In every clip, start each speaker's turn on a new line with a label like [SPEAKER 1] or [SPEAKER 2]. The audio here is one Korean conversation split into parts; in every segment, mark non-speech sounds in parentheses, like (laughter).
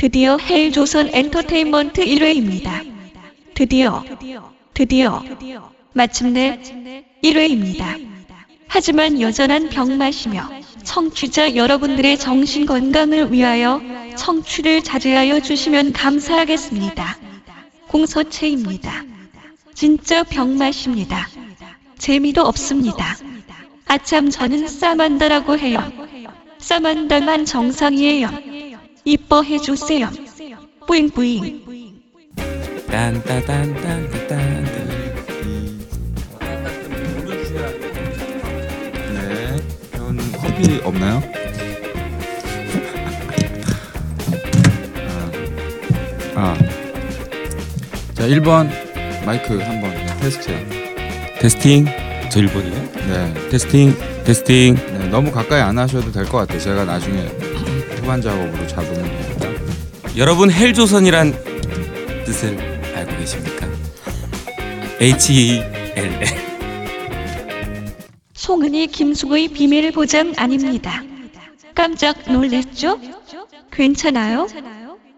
[SPEAKER 1] 드디어 헬조선 엔터테인먼트 1회입니다. 드디어, 드디어, 마침내 1회입니다. 하지만 여전한 병마시며 청취자 여러분들의 정신 건강을 위하여 청취를 자제하여 주시면 감사하겠습니다. 공서체입니다. 진짜 병맛입니다. 재미도 없습니다. 아참 저는 싸만다라고 해요. 싸만다만 정상이에요. 이뻐해 주세요. 뿌잉뿌잉.
[SPEAKER 2] 딴따딴딴따딴
[SPEAKER 3] 네. 이런 커피 없나요? 아. 아. 자, 1번 마이크 한번 네, 테스트요.
[SPEAKER 2] 테스팅 저 일본이에요?
[SPEAKER 3] 네.
[SPEAKER 2] 테스팅 테스팅
[SPEAKER 3] 네. 너무 가까이 안 하셔도 될 것 같아요. 제가 나중에 후반 작업으로 잡으면 됩니다.
[SPEAKER 2] 여러분 헬조선이란 뜻을 알고 계십니까? E H-E-L-L
[SPEAKER 1] 송은이 김숙의 비밀 보장 아닙니다. 깜짝 놀랬죠? 괜찮아요?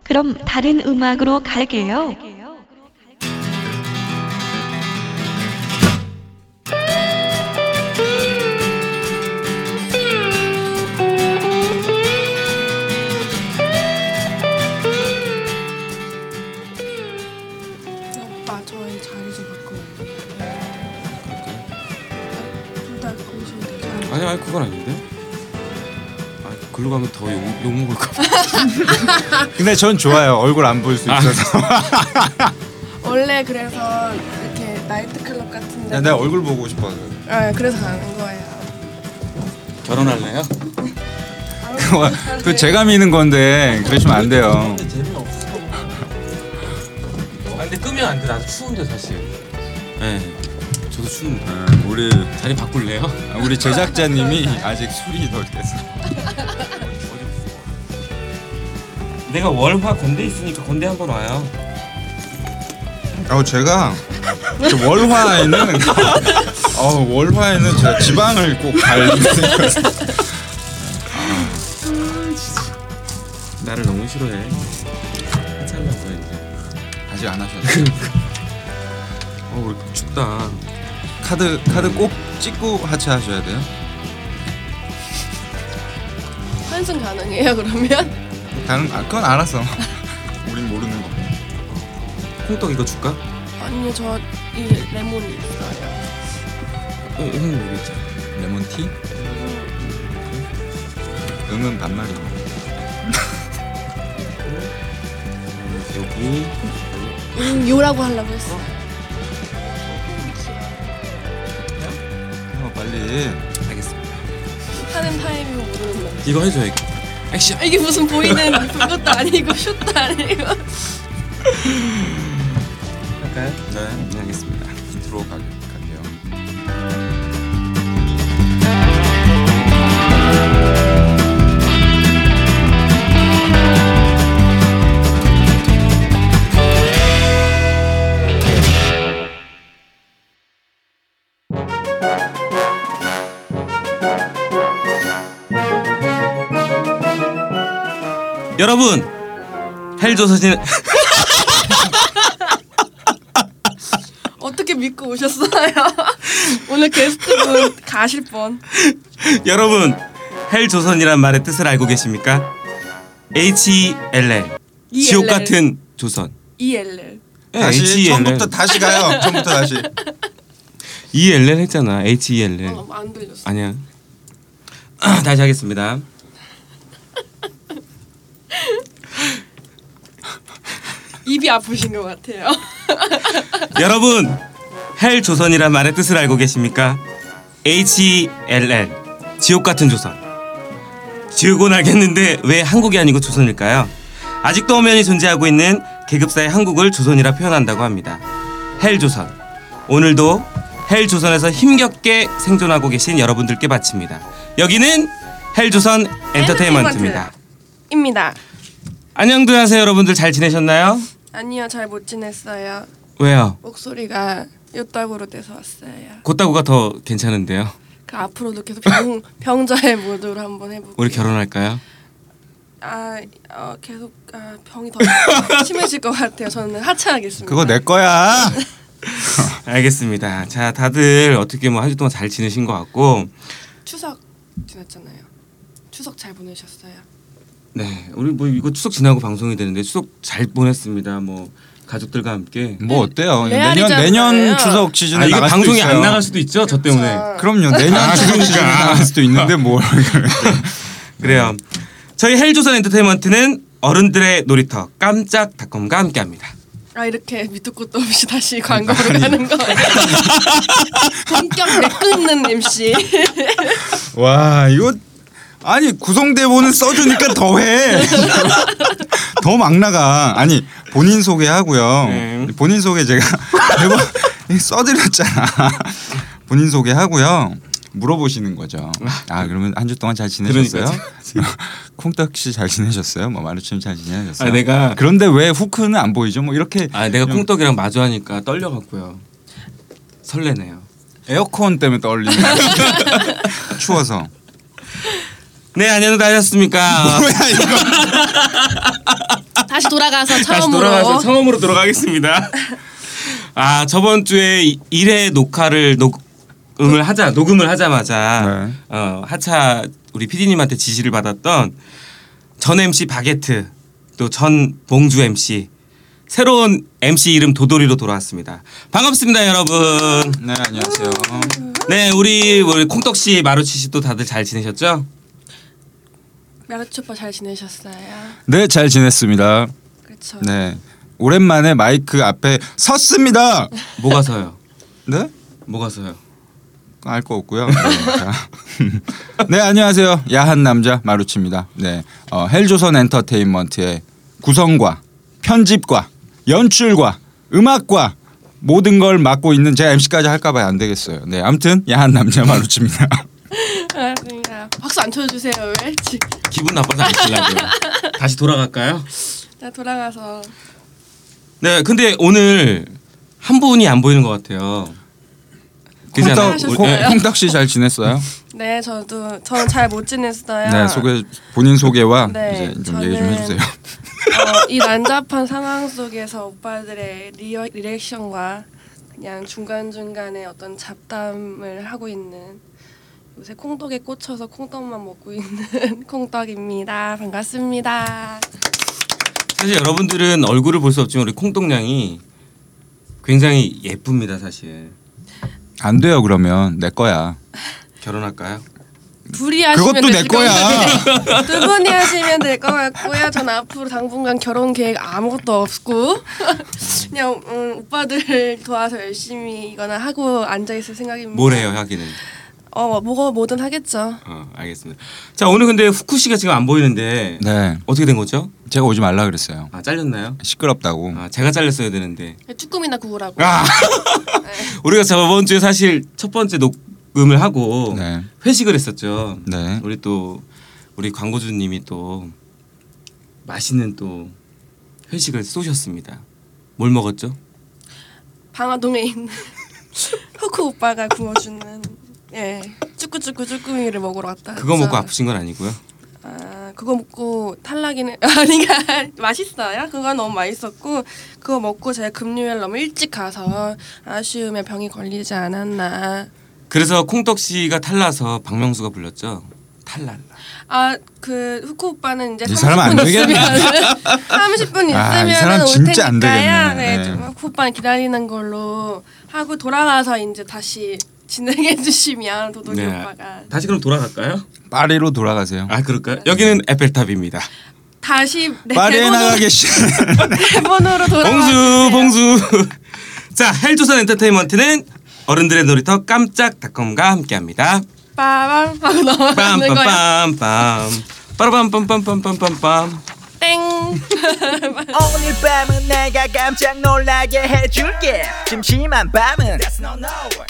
[SPEAKER 1] 그럼 다른 음악으로 갈게요.
[SPEAKER 4] 오빠 저희 자리 좀 바꿔요. 둘다 거기서 되잖아.
[SPEAKER 2] 아니 아니 그건 아닌데 아 글로 가면 더 욕, 욕먹을까 봐
[SPEAKER 3] 근데 전 좋아요. 얼굴 안 보일 수 있어서.
[SPEAKER 4] 원래 그래서 이렇게 나이트 클럽 같은데.
[SPEAKER 3] (laughs)
[SPEAKER 2] 네.
[SPEAKER 3] 야, 내가 얼굴 보고 싶어서.
[SPEAKER 4] 네, 그래서 가는 거예요.
[SPEAKER 2] 결혼할래요?
[SPEAKER 3] 그 제가 미는 건데 그러시면 안 돼요.
[SPEAKER 2] 재미없어 아 근데 끄면 안돼 나도 추운데 사실 네 저도 추운데
[SPEAKER 3] 아, 우리
[SPEAKER 2] 자리 바꿀래요?
[SPEAKER 3] 우리 제작자님이 아직 술이 덜 깨서.
[SPEAKER 2] 내가 월화 건대 있으니까 건대 한 번 와요
[SPEAKER 3] 아 제가 저 월화에는 (laughs) 어 월화에는 제가 지방을 꼭갈 생각해서
[SPEAKER 2] 나를 너무 싫어해. 한참 남았어 이제.
[SPEAKER 3] 아직 안 하셨어요.
[SPEAKER 2] 어 우리 춥다.
[SPEAKER 3] 카드 카드 꼭 찍고 하차하셔야 돼요.
[SPEAKER 4] 환승 가능해요 그러면?
[SPEAKER 3] 다른 아, 그건 알았어. 우린 모르는 거.
[SPEAKER 2] 콩떡 이거 줄까?
[SPEAKER 4] 아니요 저 이 레몬이 있어요.
[SPEAKER 2] 어, 형 모르겠지.
[SPEAKER 3] 레몬티? 응은 반말이.
[SPEAKER 2] 어, 여기
[SPEAKER 4] 음, 요라고 하려고 했어.
[SPEAKER 3] 어 빨리.
[SPEAKER 2] 알겠습니다.
[SPEAKER 4] 하는 타임이고 모르는 거.
[SPEAKER 2] 이거 해줘 이거. 액션.
[SPEAKER 4] 아, 이게 무슨 보이는 그것도 아니고 슛도 아니고.
[SPEAKER 2] 할까요? 네. 네 알겠습니다.
[SPEAKER 3] 인트로 가게 갈게요.
[SPEAKER 2] 여러분 헬조선인
[SPEAKER 4] 어떻게 믿고 오셨어요? 오늘 게스트분 가실 뻔.
[SPEAKER 2] 여러분 헬조선이란 말의 뜻을 알고 계십니까? H E L L 지옥
[SPEAKER 4] ELL.
[SPEAKER 2] 같은 조선.
[SPEAKER 4] E ELL.
[SPEAKER 2] 예,
[SPEAKER 3] 네, 다시
[SPEAKER 2] H.E.L.L.
[SPEAKER 3] 처음부터 다시 가요. 처음부터 다시.
[SPEAKER 2] E L L 했잖아. H E L L.
[SPEAKER 4] 어, 안 들렸어.
[SPEAKER 2] 아니야. (clears throat) 다시 하겠습니다.
[SPEAKER 4] 입이 아프신 것 같아요. (laughs)
[SPEAKER 2] 여러분 헬 조선이란 말의 뜻을 알고 계십니까? H-E-L-L 지옥 같은 조선 지옥은 알겠는데 왜 한국이 아니고 조선일까요? 아직도 엄연히 존재하고 있는 계급사의 한국을 조선이라 표현한다고 합니다 헬 조선 오늘도 헬 조선에서 힘겹게 생존하고 계신 여러분들께 바칩니다 여기는 헬 조선 엔터테인먼트입니다
[SPEAKER 4] 입니다.
[SPEAKER 2] 안녕들 하세요 여러분들 잘 지내셨나요?
[SPEAKER 4] 아니요 잘 못 지냈어요.
[SPEAKER 2] 왜요?
[SPEAKER 4] 목소리가 요따구로 돼서 왔어요.
[SPEAKER 2] 곧다구가 더 괜찮은데요
[SPEAKER 4] (laughs) 그 앞으로도 계속 병 병자의 모드로 한번 해보고.
[SPEAKER 2] 우리 결혼할까요?
[SPEAKER 4] 아 어, 계속 아, 병이 더 (laughs) 심해질 것 같아요. 저는 하차하겠습니다.
[SPEAKER 3] 그거 내 거야.
[SPEAKER 2] 알겠습니다. 자, 다들 어떻게 뭐 한 주 동안 잘 지내신 것 같고,
[SPEAKER 4] 추석 지났잖아요. 추석 잘 보내셨어요?
[SPEAKER 2] 네, 우리 뭐 이거 추석 지나고 방송이 되는데 추석 잘 보냈습니다. 뭐 가족들과 함께.
[SPEAKER 3] 뭐 어때요? 내년
[SPEAKER 4] 레알이잖아요.
[SPEAKER 3] 내년 추석 시즌에
[SPEAKER 2] 아, 이거
[SPEAKER 3] 나갈 수도
[SPEAKER 2] 방송이
[SPEAKER 3] 있어요.
[SPEAKER 2] 안 나갈 수도 있죠, 저
[SPEAKER 4] 그렇죠.
[SPEAKER 2] 때문에.
[SPEAKER 3] 그럼요. 내년
[SPEAKER 2] 아,
[SPEAKER 3] 추석 시즌에
[SPEAKER 2] 그러니까.
[SPEAKER 3] 나갈 수도
[SPEAKER 2] (laughs)
[SPEAKER 3] 있는데 뭘?
[SPEAKER 2] 그래요.
[SPEAKER 3] 네.
[SPEAKER 2] 저희 헬조선 엔터테인먼트는 어른들의 놀이터 깜짝닷컴과 함께합니다.
[SPEAKER 4] 아 이렇게 밑도 끝도 없이 다시 광고로 가는 거예요. 본격 내 끊는 MC.
[SPEAKER 3] 와 이거 아니 구성 대본은 써주니까 (laughs) 더해. 더 막 나가. 아니 본인 소개하고요.
[SPEAKER 2] 네.
[SPEAKER 3] 본인 소개 제가 대본 (laughs) 써드렸잖아. 본인 소개하고요. 물어보시는 거죠. 아 그러면 한 주 동안 잘 지내셨어요?
[SPEAKER 2] 그러니까
[SPEAKER 3] 콩닥 씨 잘 지내셨어요? 뭐 마루침 잘 지내셨어요?
[SPEAKER 2] 아, 내가-
[SPEAKER 3] 그런데 왜 후크는 안 보이죠? 뭐 이렇게
[SPEAKER 2] 아, 내가 콩떡이랑 마주하니까 떨려갖고요. 설레네요.
[SPEAKER 3] 에어컨 때문에 떨리는 (laughs) 추워서
[SPEAKER 2] 네, 안녕히 다녔습니까?
[SPEAKER 3] 뭐야 이거
[SPEAKER 4] 다시 돌아가서
[SPEAKER 2] 다시
[SPEAKER 4] 처음으로.
[SPEAKER 2] 돌아가서 처음으로
[SPEAKER 4] (laughs)
[SPEAKER 2] 돌아가겠습니다. 아, 저번 주에 이- 일회 녹화를 녹음을 하자 녹음을
[SPEAKER 4] 네.
[SPEAKER 2] 하자마자 어, 하차 우리 PD님한테 지시를 받았던 전 MC 바게트 또 전 봉주 MC 새로운 MC 이름 도돌이로 돌아왔습니다. 반갑습니다, 여러분.
[SPEAKER 3] 네 안녕하세요
[SPEAKER 2] 네, 우리 우리 콩떡 씨, 마루치 씨도 다들 잘 지내셨죠?
[SPEAKER 4] 야구치 오빠 잘 지내셨어요?
[SPEAKER 3] 네 잘 지냈습니다
[SPEAKER 4] 그렇죠. (laughs)
[SPEAKER 3] 네 오랜만에 마이크 앞에 섰습니다
[SPEAKER 2] 뭐가 서요?
[SPEAKER 3] 네?
[SPEAKER 2] 뭐가 서요?
[SPEAKER 3] 알 거 없고요 네, 자. (laughs) 네 안녕하세요 야한 남자 마루치입니다 네 어, 헬조선 엔터테인먼트의 구성과 편집과 연출과 음악과 모든 걸 맡고 있는 제가 MC까지 할까 봐야 안 되겠어요 네 아무튼 야한 남자
[SPEAKER 4] (laughs)
[SPEAKER 3] 마루치입니다
[SPEAKER 4] 알았습니다. 박수 안 쳐주세요. 왜? 지-
[SPEAKER 2] 기분 나빠서 안 치려고요. 다시 돌아갈까요?
[SPEAKER 4] 나 돌아가서
[SPEAKER 2] 네, 근데 오늘 한 분이 안 보이는 것 같아요. 그렇지 않아요?
[SPEAKER 3] 콩닥
[SPEAKER 4] 하셨어요?
[SPEAKER 2] 우리- 네.
[SPEAKER 3] 콩닥 씨 잘 지냈어요?
[SPEAKER 4] 네 저도 저는 잘 못 지냈어요.
[SPEAKER 3] 네 소개 본인 소개와
[SPEAKER 4] 네,
[SPEAKER 3] 이제 좀 얘기 좀
[SPEAKER 4] 저는-
[SPEAKER 3] 해주세요.
[SPEAKER 4] 어, 이 난잡한 상황 속에서 오빠들의 리어, 리액션과 그냥 중간 중간에 어떤 잡담을 하고 있는 요새 콩떡에 꽂혀서 콩떡만 먹고 있는 (laughs) 콩떡입니다. 반갑습니다.
[SPEAKER 2] 사실 여러분들은 얼굴을 볼 수 없지만 우리 콩동냥이 굉장히 예쁩니다, 사실.
[SPEAKER 3] 안 돼요 그러면 내 거야.
[SPEAKER 2] 결혼할까요?
[SPEAKER 4] 둘이 하시면
[SPEAKER 3] 그것도 내
[SPEAKER 4] 될것
[SPEAKER 3] 거야.
[SPEAKER 4] (laughs) 같아요. 두 분이 하시면 될 것 같고요. 전 앞으로 당분간 결혼 계획 아무것도 없고 그냥 음, 오빠들 도와서 열심히 이거나 하고 앉아 있을 생각입니다.
[SPEAKER 2] 뭘 해요, 하기는?
[SPEAKER 4] 어, 뭐가 뭐든 하겠죠.
[SPEAKER 2] 어, 알겠습니다. 자, 오늘 근데 후쿠 씨가 지금 안 보이는데
[SPEAKER 3] 네
[SPEAKER 2] 어떻게 된 거죠?
[SPEAKER 3] 제가 오지 말라 그랬어요.
[SPEAKER 2] 아, 잘렸나요?
[SPEAKER 3] 시끄럽다고.
[SPEAKER 2] 아, 제가 잘렸어야 되는데.
[SPEAKER 4] 쭈꾸미나 구우라고.
[SPEAKER 3] 아.
[SPEAKER 2] 우리가 저번 주에 사실 첫 번째 녹음을 하고
[SPEAKER 3] 네.
[SPEAKER 2] 회식을 했었죠.
[SPEAKER 3] 네.
[SPEAKER 2] 우리 또 우리 광고주님이 또 맛있는 또 회식을 쏘셨습니다. 뭘 먹었죠?
[SPEAKER 4] 방화동에 있는 (laughs) 후크 오빠가 구워주는 예 쭈꾸쭈꾸 쭈꾸미를 먹으러 갔다.
[SPEAKER 2] 그거
[SPEAKER 4] 왔죠.
[SPEAKER 2] 먹고 아프신 건 아니고요.
[SPEAKER 4] 아 그거 먹고 탈락이는 (laughs) 아니가 맛있어요. 그건 너무 맛있었고 그거 먹고 제가 금요일 너무 일찍 가서 아쉬움에 병이 걸리지 않았나.
[SPEAKER 2] 그래서 콩떡 씨가 탈라서 박명수가 불렀죠. 탈랄라.
[SPEAKER 4] 아 그 후크 오빠는 이제
[SPEAKER 3] 이 사람 안
[SPEAKER 4] 30분
[SPEAKER 3] 되겠네.
[SPEAKER 4] 있으면 30분
[SPEAKER 3] 아, 이
[SPEAKER 4] 있으면
[SPEAKER 3] 사람
[SPEAKER 4] 올
[SPEAKER 3] 진짜 안
[SPEAKER 4] 테니까요.
[SPEAKER 3] 되겠네.
[SPEAKER 4] 네,
[SPEAKER 3] 네.
[SPEAKER 4] 좀 후크 오빠는 기다리는 걸로 하고 돌아가서 이제 다시 진행해 주시면 도도기
[SPEAKER 3] 네.
[SPEAKER 4] 오빠가
[SPEAKER 2] 다시 그럼 돌아갈까요?
[SPEAKER 3] 파리로 돌아가세요.
[SPEAKER 2] 네. 아 그럴까요? 여기는 에펠탑입니다.
[SPEAKER 4] 다시
[SPEAKER 5] 네,
[SPEAKER 4] 내
[SPEAKER 3] 파리에 나가
[SPEAKER 4] 대본으로,
[SPEAKER 3] 계신.
[SPEAKER 5] (laughs)
[SPEAKER 4] 대본으로
[SPEAKER 2] 봉수
[SPEAKER 4] 돌아와
[SPEAKER 2] 봉수. (laughs) 자 헬조선 엔터테인먼트는 어른들의 놀이터 깜짝닷컴과 함께합니다.
[SPEAKER 4] 빠밤 하고 넘어가는 거야
[SPEAKER 2] 빰빰빰빰 빠라밤빰빰빰빰빰빰.
[SPEAKER 4] 땡
[SPEAKER 5] 오늘 밤은 내가 깜짝 놀라게 해줄게 심심한 밤은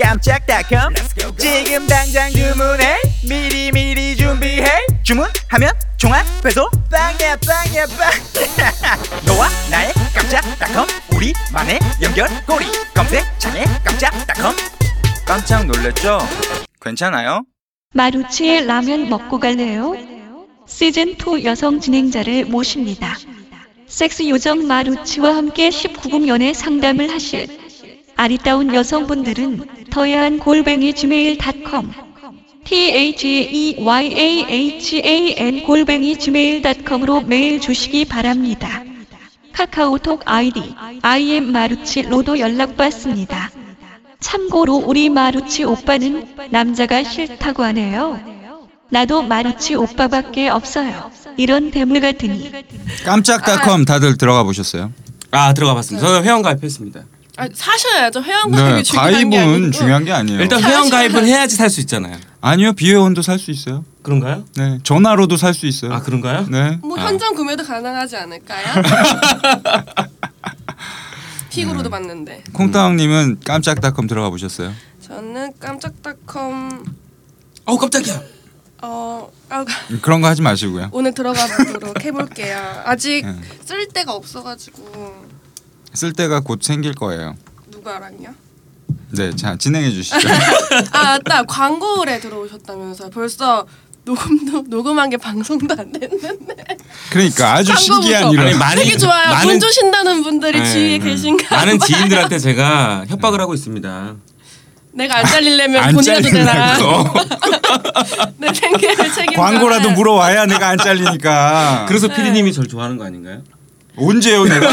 [SPEAKER 5] 깜짝닷컴 지금 당장 주문해 미리 미리 준비해 주문하면 종합 배송 빵야 빵야 빵 (laughs) 너와 나의 깜짝닷컴 우리만의 연결고리 검색창에 깜짝닷컴
[SPEAKER 3] 깜짝 놀랐죠? 괜찮아요?
[SPEAKER 1] 마루치의 라면 먹고 갈래요? 시즌2 여성 진행자를 모십니다. 섹스 요정 마루치와 함께 19금 연애 상담을 하실 아리따운 여성분들은 더야한 골뱅이 gmail.com E theyahhan 골뱅이 gmail.com으로 메일 주시기 바랍니다. 카카오톡 아이디 im 마루치 로도 연락받습니다. 참고로 우리 마루치 오빠는 남자가 싫다고 하네요. 나도 마루치 오빠밖에 없어요. 이런 대물 같으니.
[SPEAKER 5] 아.
[SPEAKER 3] 깜짝닷컴 다들 들어가 보셨어요?
[SPEAKER 2] 아 들어가 봤습니다. 저는 회원 가입했습니다.
[SPEAKER 4] 아, 사셔야죠. 회원 가입이
[SPEAKER 3] 네,
[SPEAKER 4] 중요한 게 아니고.
[SPEAKER 3] 가입은 중요한 게 아니에요.
[SPEAKER 2] 일단
[SPEAKER 4] 사실-
[SPEAKER 2] 회원 가입은 해야지 살 수 있잖아요.
[SPEAKER 3] 아니요 비회원도 살 수 있어요.
[SPEAKER 2] 그런가요?
[SPEAKER 3] 네, 전화로도 살 수 있어요.
[SPEAKER 2] 아 그런가요?
[SPEAKER 3] 네.
[SPEAKER 4] 뭐
[SPEAKER 2] 아.
[SPEAKER 4] 현장 구매도 가능하지 않을까요?
[SPEAKER 3] (laughs) 네.
[SPEAKER 4] 픽으로도 봤는데
[SPEAKER 3] 콩따왕님은 깜짝닷컴 들어가 보셨어요?
[SPEAKER 4] 저는 깜짝닷컴
[SPEAKER 2] 어우 깜짝이야.
[SPEAKER 4] 어 아,
[SPEAKER 3] 그런 거 하지 마시고요.
[SPEAKER 4] 오늘 들어가 보도록 해볼게요. 아직
[SPEAKER 3] 네.
[SPEAKER 4] 쓸 데가 없어가지고
[SPEAKER 3] 쓸 때가 곧 생길 거예요.
[SPEAKER 4] 누가랑요?
[SPEAKER 3] 네, 자 진행해 주시죠.
[SPEAKER 4] 아 맞다 광고에 들어오셨다면서 벌써 녹음도 녹음한 게 방송도 안 됐는데
[SPEAKER 3] 그러니까 아주
[SPEAKER 4] 광고부터.
[SPEAKER 3] 신기한
[SPEAKER 2] 아니,
[SPEAKER 3] 이런.
[SPEAKER 2] 많이-
[SPEAKER 4] 되게 좋아요.
[SPEAKER 2] 많은-
[SPEAKER 4] 돈 주신다는 분들이
[SPEAKER 2] 네,
[SPEAKER 4] 주위에
[SPEAKER 2] 네.
[SPEAKER 4] 계신가?
[SPEAKER 2] 많은
[SPEAKER 4] 봐.
[SPEAKER 2] 지인들한테 제가 협박을 하고 있습니다.
[SPEAKER 4] 내가 안 잘리려면
[SPEAKER 3] 안
[SPEAKER 4] 본인라도 되라.
[SPEAKER 3] 잘린다고. (laughs)
[SPEAKER 4] 내 생계를 책임져.
[SPEAKER 3] 광고라도 물어와야 내가 안 잘리니까.
[SPEAKER 2] 그래서 피디님이 절 좋아하는 거 아닌가요?
[SPEAKER 3] 언제요 내가?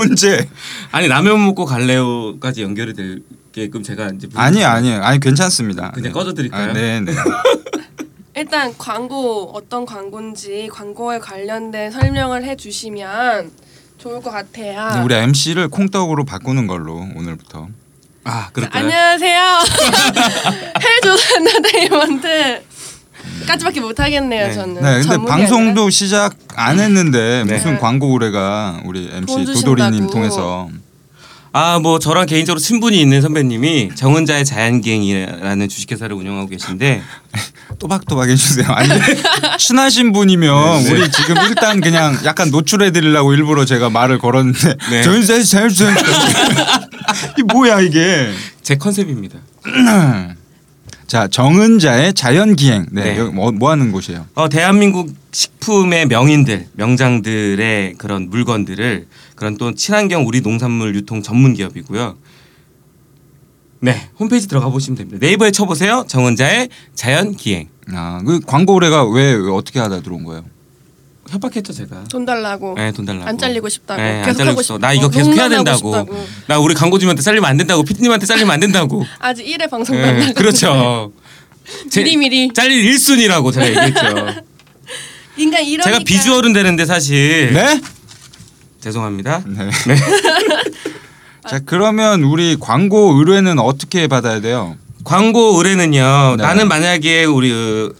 [SPEAKER 3] 언제?
[SPEAKER 2] 아니 라면 먹고 갈래요까지 연결이 되게끔 제가 이제 분-
[SPEAKER 3] 아니 아니 아니 괜찮습니다.
[SPEAKER 2] 그냥 꺼져드릴까요?
[SPEAKER 3] 아, 네 네.
[SPEAKER 4] 일단 광고 어떤 광고인지 광고에 관련된 설명을 해주시면 좋을 것 같아요.
[SPEAKER 3] 네, 우리 MC를 콩떡으로 바꾸는 걸로 오늘부터.
[SPEAKER 2] 아 그럴까요?
[SPEAKER 4] 안녕하세요. (laughs) 헬조선 나데이먼트. 까지밖에 못 하겠네요
[SPEAKER 2] 네.
[SPEAKER 4] 저는.
[SPEAKER 3] 네, 근데
[SPEAKER 4] 전문이
[SPEAKER 3] 방송도 시작 안 했는데
[SPEAKER 2] 네.
[SPEAKER 3] 무슨
[SPEAKER 4] 네.
[SPEAKER 3] 광고 의뢰가 우리
[SPEAKER 4] 돈
[SPEAKER 3] MC
[SPEAKER 4] 주신다고.
[SPEAKER 3] 도돌이님 통해서
[SPEAKER 2] 아 뭐 저랑 개인적으로 친분이 있는 선배님이 정은자의 자연기행이라는 주식회사를 운영하고 계신데
[SPEAKER 3] 또박또박 해주세요. 아니
[SPEAKER 4] (laughs)
[SPEAKER 3] 친하신
[SPEAKER 2] 네,
[SPEAKER 3] 분이면
[SPEAKER 2] 네.
[SPEAKER 3] 우리 지금 일단 그냥 약간 노출해드리려고 일부러 제가 말을 걸었는데
[SPEAKER 2] 네.
[SPEAKER 3] 전세 전세 (laughs) 이 뭐야 이게?
[SPEAKER 2] 제 컨셉입니다.
[SPEAKER 3] 자 정은자의 자연기행. 네,
[SPEAKER 2] 네.
[SPEAKER 3] 여기 뭐, 뭐 하는 곳이에요?
[SPEAKER 2] 어, 대한민국 식품의 명인들, 명장들의 그런 물건들을 그런 또 친환경 우리 농산물 유통 전문 기업이고요. 네, 홈페이지 들어가 보시면 됩니다. 네이버에 쳐보세요. 정은자의 자연 기행.
[SPEAKER 3] 아그 광고 의뢰가 왜, 왜 어떻게 하다 들어온 거예요?
[SPEAKER 2] 협박했죠 제가.
[SPEAKER 4] 돈 달라고.
[SPEAKER 2] 네, 돈 달라고.
[SPEAKER 4] 어. 안 잘리고 싶다고.
[SPEAKER 2] 네, 안
[SPEAKER 4] 계속
[SPEAKER 2] 잘리고
[SPEAKER 4] 하고
[SPEAKER 2] 싶어.
[SPEAKER 4] 싶다고.
[SPEAKER 2] 나 이거 계속 해야
[SPEAKER 4] 농담하고
[SPEAKER 2] 된다고.
[SPEAKER 4] 싶다고.
[SPEAKER 2] 나 우리 광고주한테 잘리면 안 된다고. 피디님한테 잘리면 안
[SPEAKER 4] (laughs)
[SPEAKER 2] 된다고.
[SPEAKER 4] 아직 1회 방송
[SPEAKER 2] 네,
[SPEAKER 4] 만나고.
[SPEAKER 2] 그렇죠. 제-
[SPEAKER 4] 미리미리.
[SPEAKER 2] 잘릴 일순위라고 제가
[SPEAKER 4] (laughs)
[SPEAKER 2] 얘기했죠.
[SPEAKER 4] 인간 이러니까.
[SPEAKER 2] 제가 비주얼은 되는데 사실.
[SPEAKER 3] 네?
[SPEAKER 2] 죄송합니다.
[SPEAKER 3] 네. (laughs) 자 그러면 우리 광고 의뢰는 어떻게 받아야 돼요?
[SPEAKER 2] 광고 의뢰는요.
[SPEAKER 3] 네.
[SPEAKER 2] 나는 만약에 우리 어,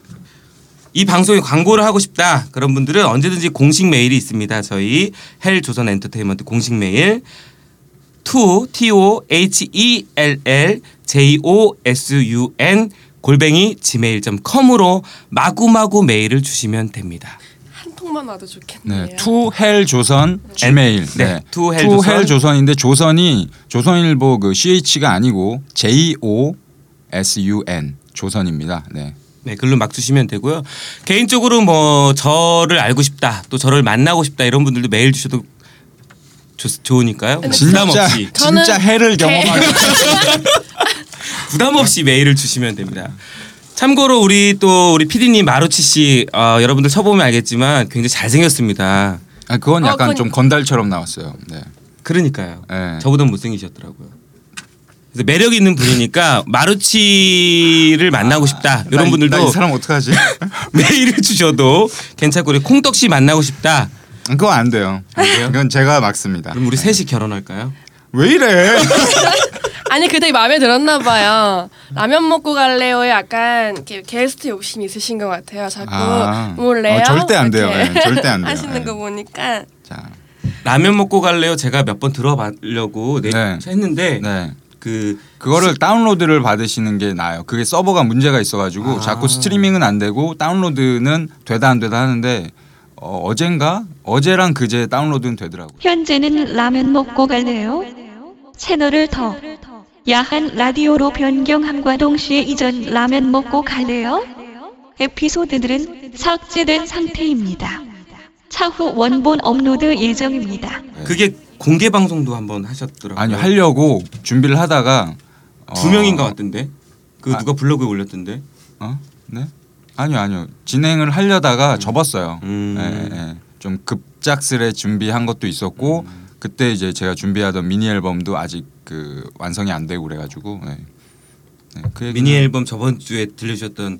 [SPEAKER 2] 이 방송에 광고를 하고 싶다 그런 분들은 언제든지 공식 메일이 있습니다. 저희 헬 조선 엔터테인먼트 공식 메일 to t o h e l l j o s u n 골뱅이 gmail.com으로 마구마구 메일을 주시면 됩니다.
[SPEAKER 4] 한 통만 와도 좋겠네요.
[SPEAKER 3] 네, 투헬 조선 gmail.
[SPEAKER 2] 예. 네, 투헬 조선.
[SPEAKER 3] 인데 조선이 조선일보 그 ch가 아니고 j o s u n 조선입니다. 네.
[SPEAKER 2] 네, 글로 막 주시면 되고요. 개인적으로 뭐 저를 알고 싶다, 또 저를 만나고 싶다 이런 분들도 메일 주셔도 좋, 좋으니까요. 뭐 부담
[SPEAKER 3] 진짜
[SPEAKER 2] 없이
[SPEAKER 4] 저는
[SPEAKER 3] 진짜 해를 경험한
[SPEAKER 2] (laughs) 부담 없이 메일을 주시면 됩니다. 참고로 우리 또 우리 PD님 마루치 씨 어, 여러분들 쳐보면 알겠지만 굉장히 잘생겼습니다.
[SPEAKER 3] 아, 그건
[SPEAKER 4] 어,
[SPEAKER 3] 약간
[SPEAKER 4] 그건-
[SPEAKER 3] 좀 건달처럼 나왔어요. 네.
[SPEAKER 2] 그러니까요.
[SPEAKER 3] 네.
[SPEAKER 2] 저보다 못생기셨더라고요. 그래서 매력 있는 분이니까 마루치를 만나고 싶다
[SPEAKER 3] 아, 나
[SPEAKER 2] 이런
[SPEAKER 3] 이-
[SPEAKER 2] 분들도
[SPEAKER 3] 나이 사람 어떡하지?
[SPEAKER 2] (laughs) 메일을 주셔도 괜찮고 우리 콩떡 씨 만나고 싶다.
[SPEAKER 3] 그거 안 돼요.
[SPEAKER 2] 안 돼요?
[SPEAKER 3] 그건 제가 막습니다.
[SPEAKER 2] 그럼 우리
[SPEAKER 3] 네.
[SPEAKER 2] 셋이 결혼할까요?
[SPEAKER 3] 왜
[SPEAKER 2] (laughs)
[SPEAKER 3] 이래?
[SPEAKER 4] 아니 그때 마음에 들었나 봐요. 라면 먹고 갈래요에 약간 이렇게 게스트 욕심이 있으신 것 같아요. 자꾸
[SPEAKER 3] 아.
[SPEAKER 4] 몰래요.
[SPEAKER 3] 어, 절대 안 돼요.
[SPEAKER 4] 이렇게
[SPEAKER 3] 예, 절대 안 돼요.
[SPEAKER 4] 하시는
[SPEAKER 3] 예.
[SPEAKER 4] 거 보니까
[SPEAKER 3] 자.
[SPEAKER 2] 라면 먹고 갈래요? 제가 몇 번 들어보려고 내-
[SPEAKER 3] 네.
[SPEAKER 2] 했는데
[SPEAKER 3] 네.
[SPEAKER 2] 그
[SPEAKER 3] 그거를 다운로드를 받으시는 게 나아요. 그게 서버가 문제가 있어가지고
[SPEAKER 2] 아.
[SPEAKER 3] 자꾸 스트리밍은 안 되고 다운로드는 되다 안 되다 하는데 어, 어젠가 어제랑 그제 다운로드는 되더라고요.
[SPEAKER 1] 현재는 라면 먹고 갈래요? 채널을 더 야한 라디오로 변경함과 동시에 이전 라면 먹고 갈래요? 에피소드들은 삭제된 상태입니다. 차후 원본 업로드 예정입니다.
[SPEAKER 2] 그게 공개 방송도 한번 하셨더라고요.
[SPEAKER 3] 네. 아니 하려고 준비를 하다가 어,
[SPEAKER 2] 네. 두 명인가 왔던데. 그
[SPEAKER 3] 아.
[SPEAKER 2] 누가 블로그에 올렸던데.
[SPEAKER 3] 어? 네? 아니요, 아니요. 진행을 하려다가 접었어요.
[SPEAKER 2] 음.
[SPEAKER 3] 예, 예. 좀 급작스레 준비한 것도 있었고
[SPEAKER 2] 음.
[SPEAKER 3] 그때 이제 제가 준비하던 미니 앨범도 아직 그 완성이 안 되고 그래가지고 예. 네, 그 얘기는-
[SPEAKER 2] 미니 앨범 저번 주에 들려주셨던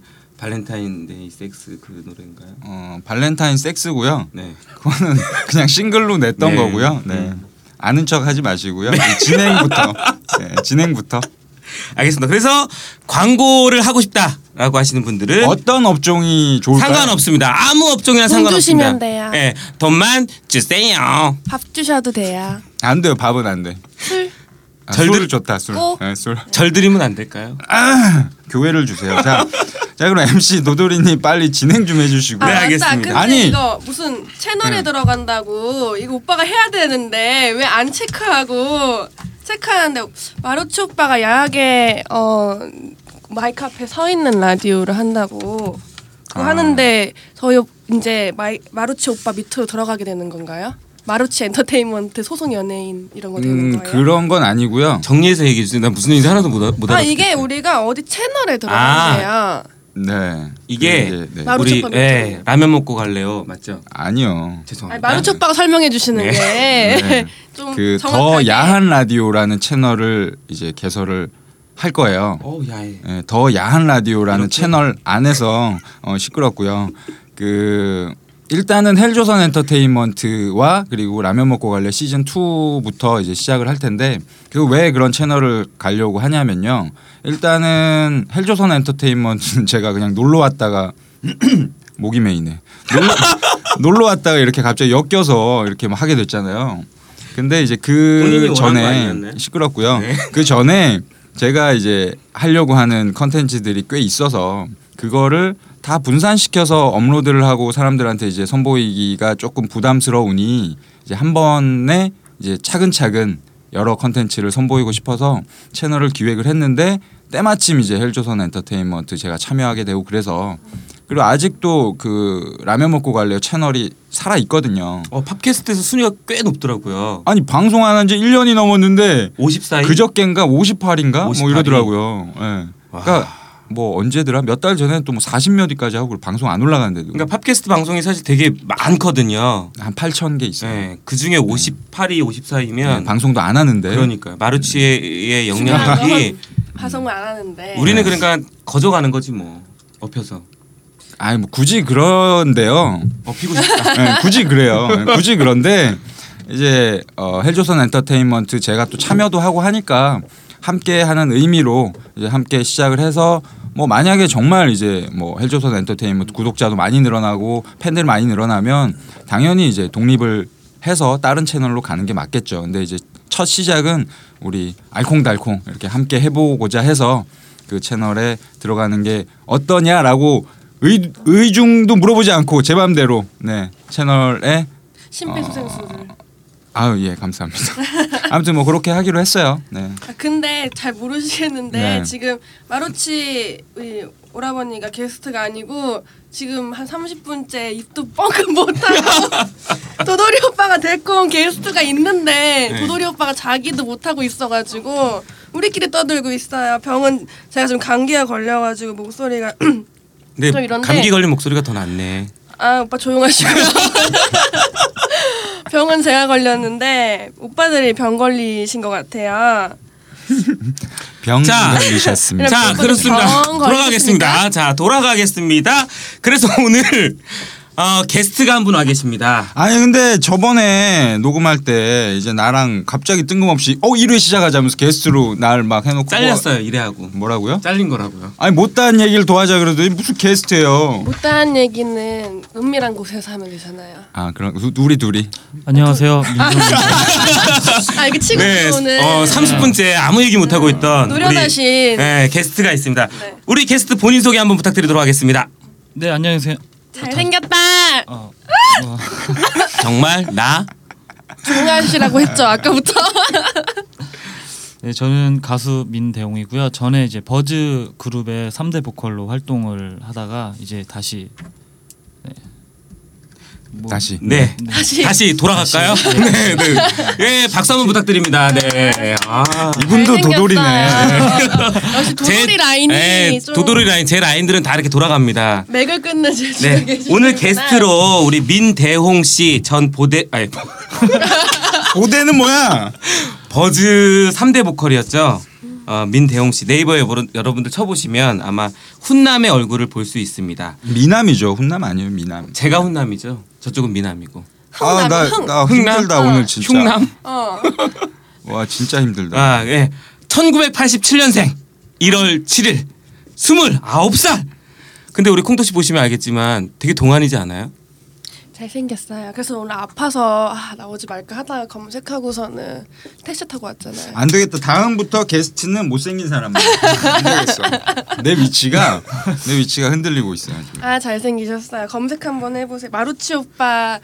[SPEAKER 2] 발렌타인데이 섹스 그 노래인가요?
[SPEAKER 3] 어, 발렌타인 섹스고요.
[SPEAKER 2] 네.
[SPEAKER 3] 그거는 (laughs) 그냥 싱글로 냈던
[SPEAKER 2] 네.
[SPEAKER 3] 거고요. 네.
[SPEAKER 2] 음. 네.
[SPEAKER 3] 아는 척 하지 마시고요. 이
[SPEAKER 2] (laughs)
[SPEAKER 3] 진행부터. 네, 진행부터.
[SPEAKER 2] 알겠습니다. 그래서 광고를 하고 싶다라고 하시는 분들은
[SPEAKER 3] 어떤 업종이 좋을까요?
[SPEAKER 2] 네. 상관없습니다. 아무 업종이나
[SPEAKER 4] 돈
[SPEAKER 2] 상관없습니다.
[SPEAKER 4] 주시면 돼요.
[SPEAKER 2] 예, 돈만 주세요.
[SPEAKER 4] 밥 주셔도 돼요.
[SPEAKER 3] 안 돼요. 밥은 안 돼.
[SPEAKER 4] 술
[SPEAKER 3] 아,
[SPEAKER 2] 절들-
[SPEAKER 3] 술을 좋다. 술.
[SPEAKER 4] 꼭.
[SPEAKER 3] 네, 술.
[SPEAKER 2] 절 드리면 안 될까요?
[SPEAKER 3] 교회를 주세요.
[SPEAKER 4] (laughs)
[SPEAKER 3] 자, 자 그럼 MC 노도리님 빨리 진행 좀 해주시고.
[SPEAKER 4] 아,
[SPEAKER 2] 네,
[SPEAKER 4] 맞다.
[SPEAKER 2] 알겠습니다.
[SPEAKER 4] 근데
[SPEAKER 3] 아니. 네.
[SPEAKER 4] 이거 무슨 채널에 들어간다고 이거 오빠가 해야 되는데 왜 안 체크하고 체크하는데 마루치 오빠가 야하게 어 마이크 앞에 서 있는 라디오를 한다고 그거
[SPEAKER 3] 아.
[SPEAKER 4] 하는데 저희 이제 마이, 마루치 오빠 밑으로 들어가게 되는 건가요? 마루치 엔터테인먼트 소속 연예인 이런 거 되는
[SPEAKER 3] 음
[SPEAKER 4] 거예요?
[SPEAKER 3] 그런 건 아니고요.
[SPEAKER 2] 정리해서 얘기해 주세요. 나 무슨 얘기인지 하나도 못, 알- 못
[SPEAKER 4] 아
[SPEAKER 2] 알아듣겠어요.
[SPEAKER 4] 이게 우리가 어디 채널에
[SPEAKER 3] 아.
[SPEAKER 4] 들어가세요?
[SPEAKER 3] 네.
[SPEAKER 2] 이게
[SPEAKER 3] 그 이제, 네.
[SPEAKER 4] 마-
[SPEAKER 2] 우리
[SPEAKER 4] 마루치밥
[SPEAKER 2] 예,
[SPEAKER 4] 먹잖아요.
[SPEAKER 2] 라면 먹고 갈래요. 맞죠?
[SPEAKER 3] 아니요.
[SPEAKER 4] 아니,
[SPEAKER 2] 죄송합니다.
[SPEAKER 4] 마루치 오빠가 설명해 주시는
[SPEAKER 2] 네.
[SPEAKER 3] 네.
[SPEAKER 4] (laughs) 게좀
[SPEAKER 3] 그
[SPEAKER 4] 정확하게
[SPEAKER 3] 더 야한 라디오라는 채널을 이제 개설을 할 거예요.
[SPEAKER 2] 어, 야해.
[SPEAKER 3] 예, 더 야한 라디오라는
[SPEAKER 2] 이렇게?
[SPEAKER 3] 채널 안에서 어, 시끄럽고요. 그 일단은 헬조선 엔터테인먼트와 그리고 라면 먹고 갈래 시즌 2부터 이제 시작을 할 텐데 그 왜 그런 채널을 가려고 하냐면요. 일단은 헬조선 엔터테인먼트는 (laughs) 제가 그냥 놀러 왔다가 (clears throat) 목이 메이네. 놀러, (laughs) 놀러 왔다가 이렇게 갑자기 엮여서 이렇게 막 하게 됐잖아요. 근데 이제
[SPEAKER 2] 본인이
[SPEAKER 3] 그
[SPEAKER 2] 원한 거 아니었나요?
[SPEAKER 3] 전에 시끄럽고요.
[SPEAKER 2] 네.
[SPEAKER 3] 그 전에 제가 이제 하려고 하는 컨텐츠들이 꽤 있어서 그거를 다 분산시켜서 업로드를 하고 사람들한테 이제 선보이기가 조금 부담스러우니 이제 한 번에 이제 차근차근 여러 컨텐츠를 선보이고 싶어서 채널을 기획을 했는데 때마침 이제 헬조선 엔터테인먼트 제가 참여하게 되고 그래서 그리고 아직도 그 라면 먹고 갈래요 채널이 살아 있거든요.
[SPEAKER 2] 어, 팟캐스트에서 순위가 꽤 높더라고요.
[SPEAKER 3] 아니 방송 안 한 지 1년이 넘었는데
[SPEAKER 2] 54위.
[SPEAKER 3] 그저께인가 58인가 뭐
[SPEAKER 2] 58이?
[SPEAKER 3] 이러더라고요. 예. 그러니까 뭐 언제더라? 몇 달 전에 또 뭐 40몇위까지 하고 방송 안 올라가는데도
[SPEAKER 2] 그러니까 팟캐스트 방송이 사실 되게 많거든요.
[SPEAKER 3] 한 8천 개
[SPEAKER 2] 예.
[SPEAKER 3] 있어요.
[SPEAKER 2] 그 중에 58위, 54위면
[SPEAKER 3] 네, 방송도 안 하는데
[SPEAKER 2] 예. 그러니까요. 마루치의
[SPEAKER 4] 중요한
[SPEAKER 2] 영향력이
[SPEAKER 4] 화성을 안 하는데
[SPEAKER 2] 우리는
[SPEAKER 3] 네.
[SPEAKER 2] 그러니까 거저가는 거지 뭐. 업혀서.
[SPEAKER 3] 아니 뭐 굳이 그런데요.
[SPEAKER 2] 업히고 싶다.
[SPEAKER 3] 예, 굳이 그래요. 예, 굳이 그런데 이제 어, 헬조선 엔터테인먼트 제가 또 참여도 하고 하니까 함께 하는 의미로 이제 함께 시작을 해서 뭐 만약에 정말 이제 뭐 헬조선 엔터테인먼트 구독자도 많이 늘어나고 팬들 많이 늘어나면 당연히 이제 독립을 해서 다른 채널로 가는 게 맞겠죠. 근데 이제 첫 시작은 우리 알콩달콩 이렇게 함께 해보고자 해서 그 채널에 들어가는 게 어떠냐라고 의, 의중도 물어보지 않고 제 맘대로 네 채널에
[SPEAKER 2] 아.
[SPEAKER 4] 심폐소생술을.
[SPEAKER 3] 아유 예 감사합니다. 아무튼 뭐 그렇게 하기로 했어요. 네.
[SPEAKER 4] 아, 근데 잘 모르시겠는데
[SPEAKER 3] 네.
[SPEAKER 4] 지금 마루치 우리 오라버니가 게스트가 아니고 지금 한 30분째 입도 뻥끗
[SPEAKER 2] (laughs)
[SPEAKER 4] 못하고 도돌이 오빠가 데리고 온 게스트가 있는데
[SPEAKER 2] 네.
[SPEAKER 4] 도돌이 오빠가 자기도 못하고 있어가지고 우리끼리 떠들고 있어요. 병은 제가 지금 감기에 걸려가지고 목소리가
[SPEAKER 2] (laughs)
[SPEAKER 4] (clears throat)
[SPEAKER 2] 근데
[SPEAKER 4] 좀 이런데.
[SPEAKER 2] 감기 걸린 목소리가 더 낫네.
[SPEAKER 4] 아 오빠 조용하시고요. (laughs) 병은 제가 걸렸는데 오빠들이 병 걸리신 것 같아요.
[SPEAKER 3] 병
[SPEAKER 2] 자.
[SPEAKER 3] 걸리셨습니다.
[SPEAKER 2] 자, 그렇습니다. (laughs)
[SPEAKER 4] 병
[SPEAKER 2] 돌아가겠습니다. 자, 돌아가겠습니다. 그래서 (laughs) 오늘 어, 게스트가 한 분 와 계십니다.
[SPEAKER 3] 아니 근데 저번에 녹음할 때 이제 나랑 갑자기 뜬금없이 어 1회 시작하자면서 게스트로 날 막 해놓고
[SPEAKER 2] 잘렸어요, 이래하고.
[SPEAKER 3] 뭐- 뭐라고요?
[SPEAKER 2] 잘린 거라고요.
[SPEAKER 3] 아니 못다한 얘기를 도와자 그러더니 무슨 게스트예요.
[SPEAKER 4] 뭐 못다한 얘기는 은밀한 곳에서 하면 되잖아요.
[SPEAKER 3] 아 그럼 우- 우리 둘이
[SPEAKER 6] 안녕하세요. 민성입니다.
[SPEAKER 4] 아 이게 치고
[SPEAKER 2] 네,
[SPEAKER 4] 오늘
[SPEAKER 2] 어, 30분째 아무 얘기 못 하고 있던
[SPEAKER 4] 노련하신.
[SPEAKER 2] 우리, 네, 게스트가 있습니다.
[SPEAKER 4] 네.
[SPEAKER 2] 우리 게스트 본인 소개 한번 부탁드리도록 하겠습니다.
[SPEAKER 6] 네, 안녕하세요.
[SPEAKER 4] 잘생겼다.
[SPEAKER 6] 어,
[SPEAKER 2] 정말 나 (laughs)
[SPEAKER 4] 조용하시라고 했죠 아까부터.
[SPEAKER 6] 네, 저는 가수 민대웅이고요. 전에 이제 버즈 그룹의 3대 보컬로 활동을 하다가 이제 다시 네. 뭐-
[SPEAKER 3] 다시.
[SPEAKER 2] 네.
[SPEAKER 6] 네.
[SPEAKER 4] 다시
[SPEAKER 2] 다시 돌아갈까요? 네, 네. 예, 박수 한번 부탁드립니다. 네. 아.
[SPEAKER 3] 이분도
[SPEAKER 4] 잘생겼어요.
[SPEAKER 3] 도돌이네.
[SPEAKER 4] (laughs) 역시 도돌이
[SPEAKER 2] 제-
[SPEAKER 4] 라인이
[SPEAKER 2] 예,
[SPEAKER 4] 좀
[SPEAKER 2] 도돌이 라인 제 라인들은 다 이렇게 돌아갑니다.
[SPEAKER 4] 맥을 끊는 재주가
[SPEAKER 2] 네.
[SPEAKER 4] 계시구나.
[SPEAKER 2] 오늘 게스트로 우리 민대홍 씨 전 보대 아니
[SPEAKER 3] 고대는 뭐야?
[SPEAKER 2] 버즈 3대 보컬이었죠. 어, 민대홍 씨 네이버에 여러- 여러분들 쳐보시면 아마 훈남의 얼굴을 볼 수 있습니다.
[SPEAKER 3] 미남이죠. 훈남 아니에요, 미남.
[SPEAKER 2] 제가 훈남이죠. 저쪽은 미남이고.
[SPEAKER 3] 아, 나, 나 힘들다 오늘 진짜.
[SPEAKER 2] 아,
[SPEAKER 3] 네.
[SPEAKER 2] 흉남?
[SPEAKER 4] 어.
[SPEAKER 3] 와, 진짜 힘들다.
[SPEAKER 2] 아, 예. 1987년생 1월 7일 29살. 근데 우리 콩도씨 보시면 알겠지만 되게 동안이지 않아요?
[SPEAKER 4] 잘생겼어요. 그래서 오늘 아파서 아, 나오지 말까 하다가 검색하고서는 택시 타고 왔잖아요.
[SPEAKER 3] 안 되겠다. 다음부터 게스트는 못생긴 사람만. 안 되겠어. 내 위치가 내 위치가 흔들리고 있어요. 지금.
[SPEAKER 4] 아 잘생기셨어요. 검색 한번 해보세요. 마루치 오빠랑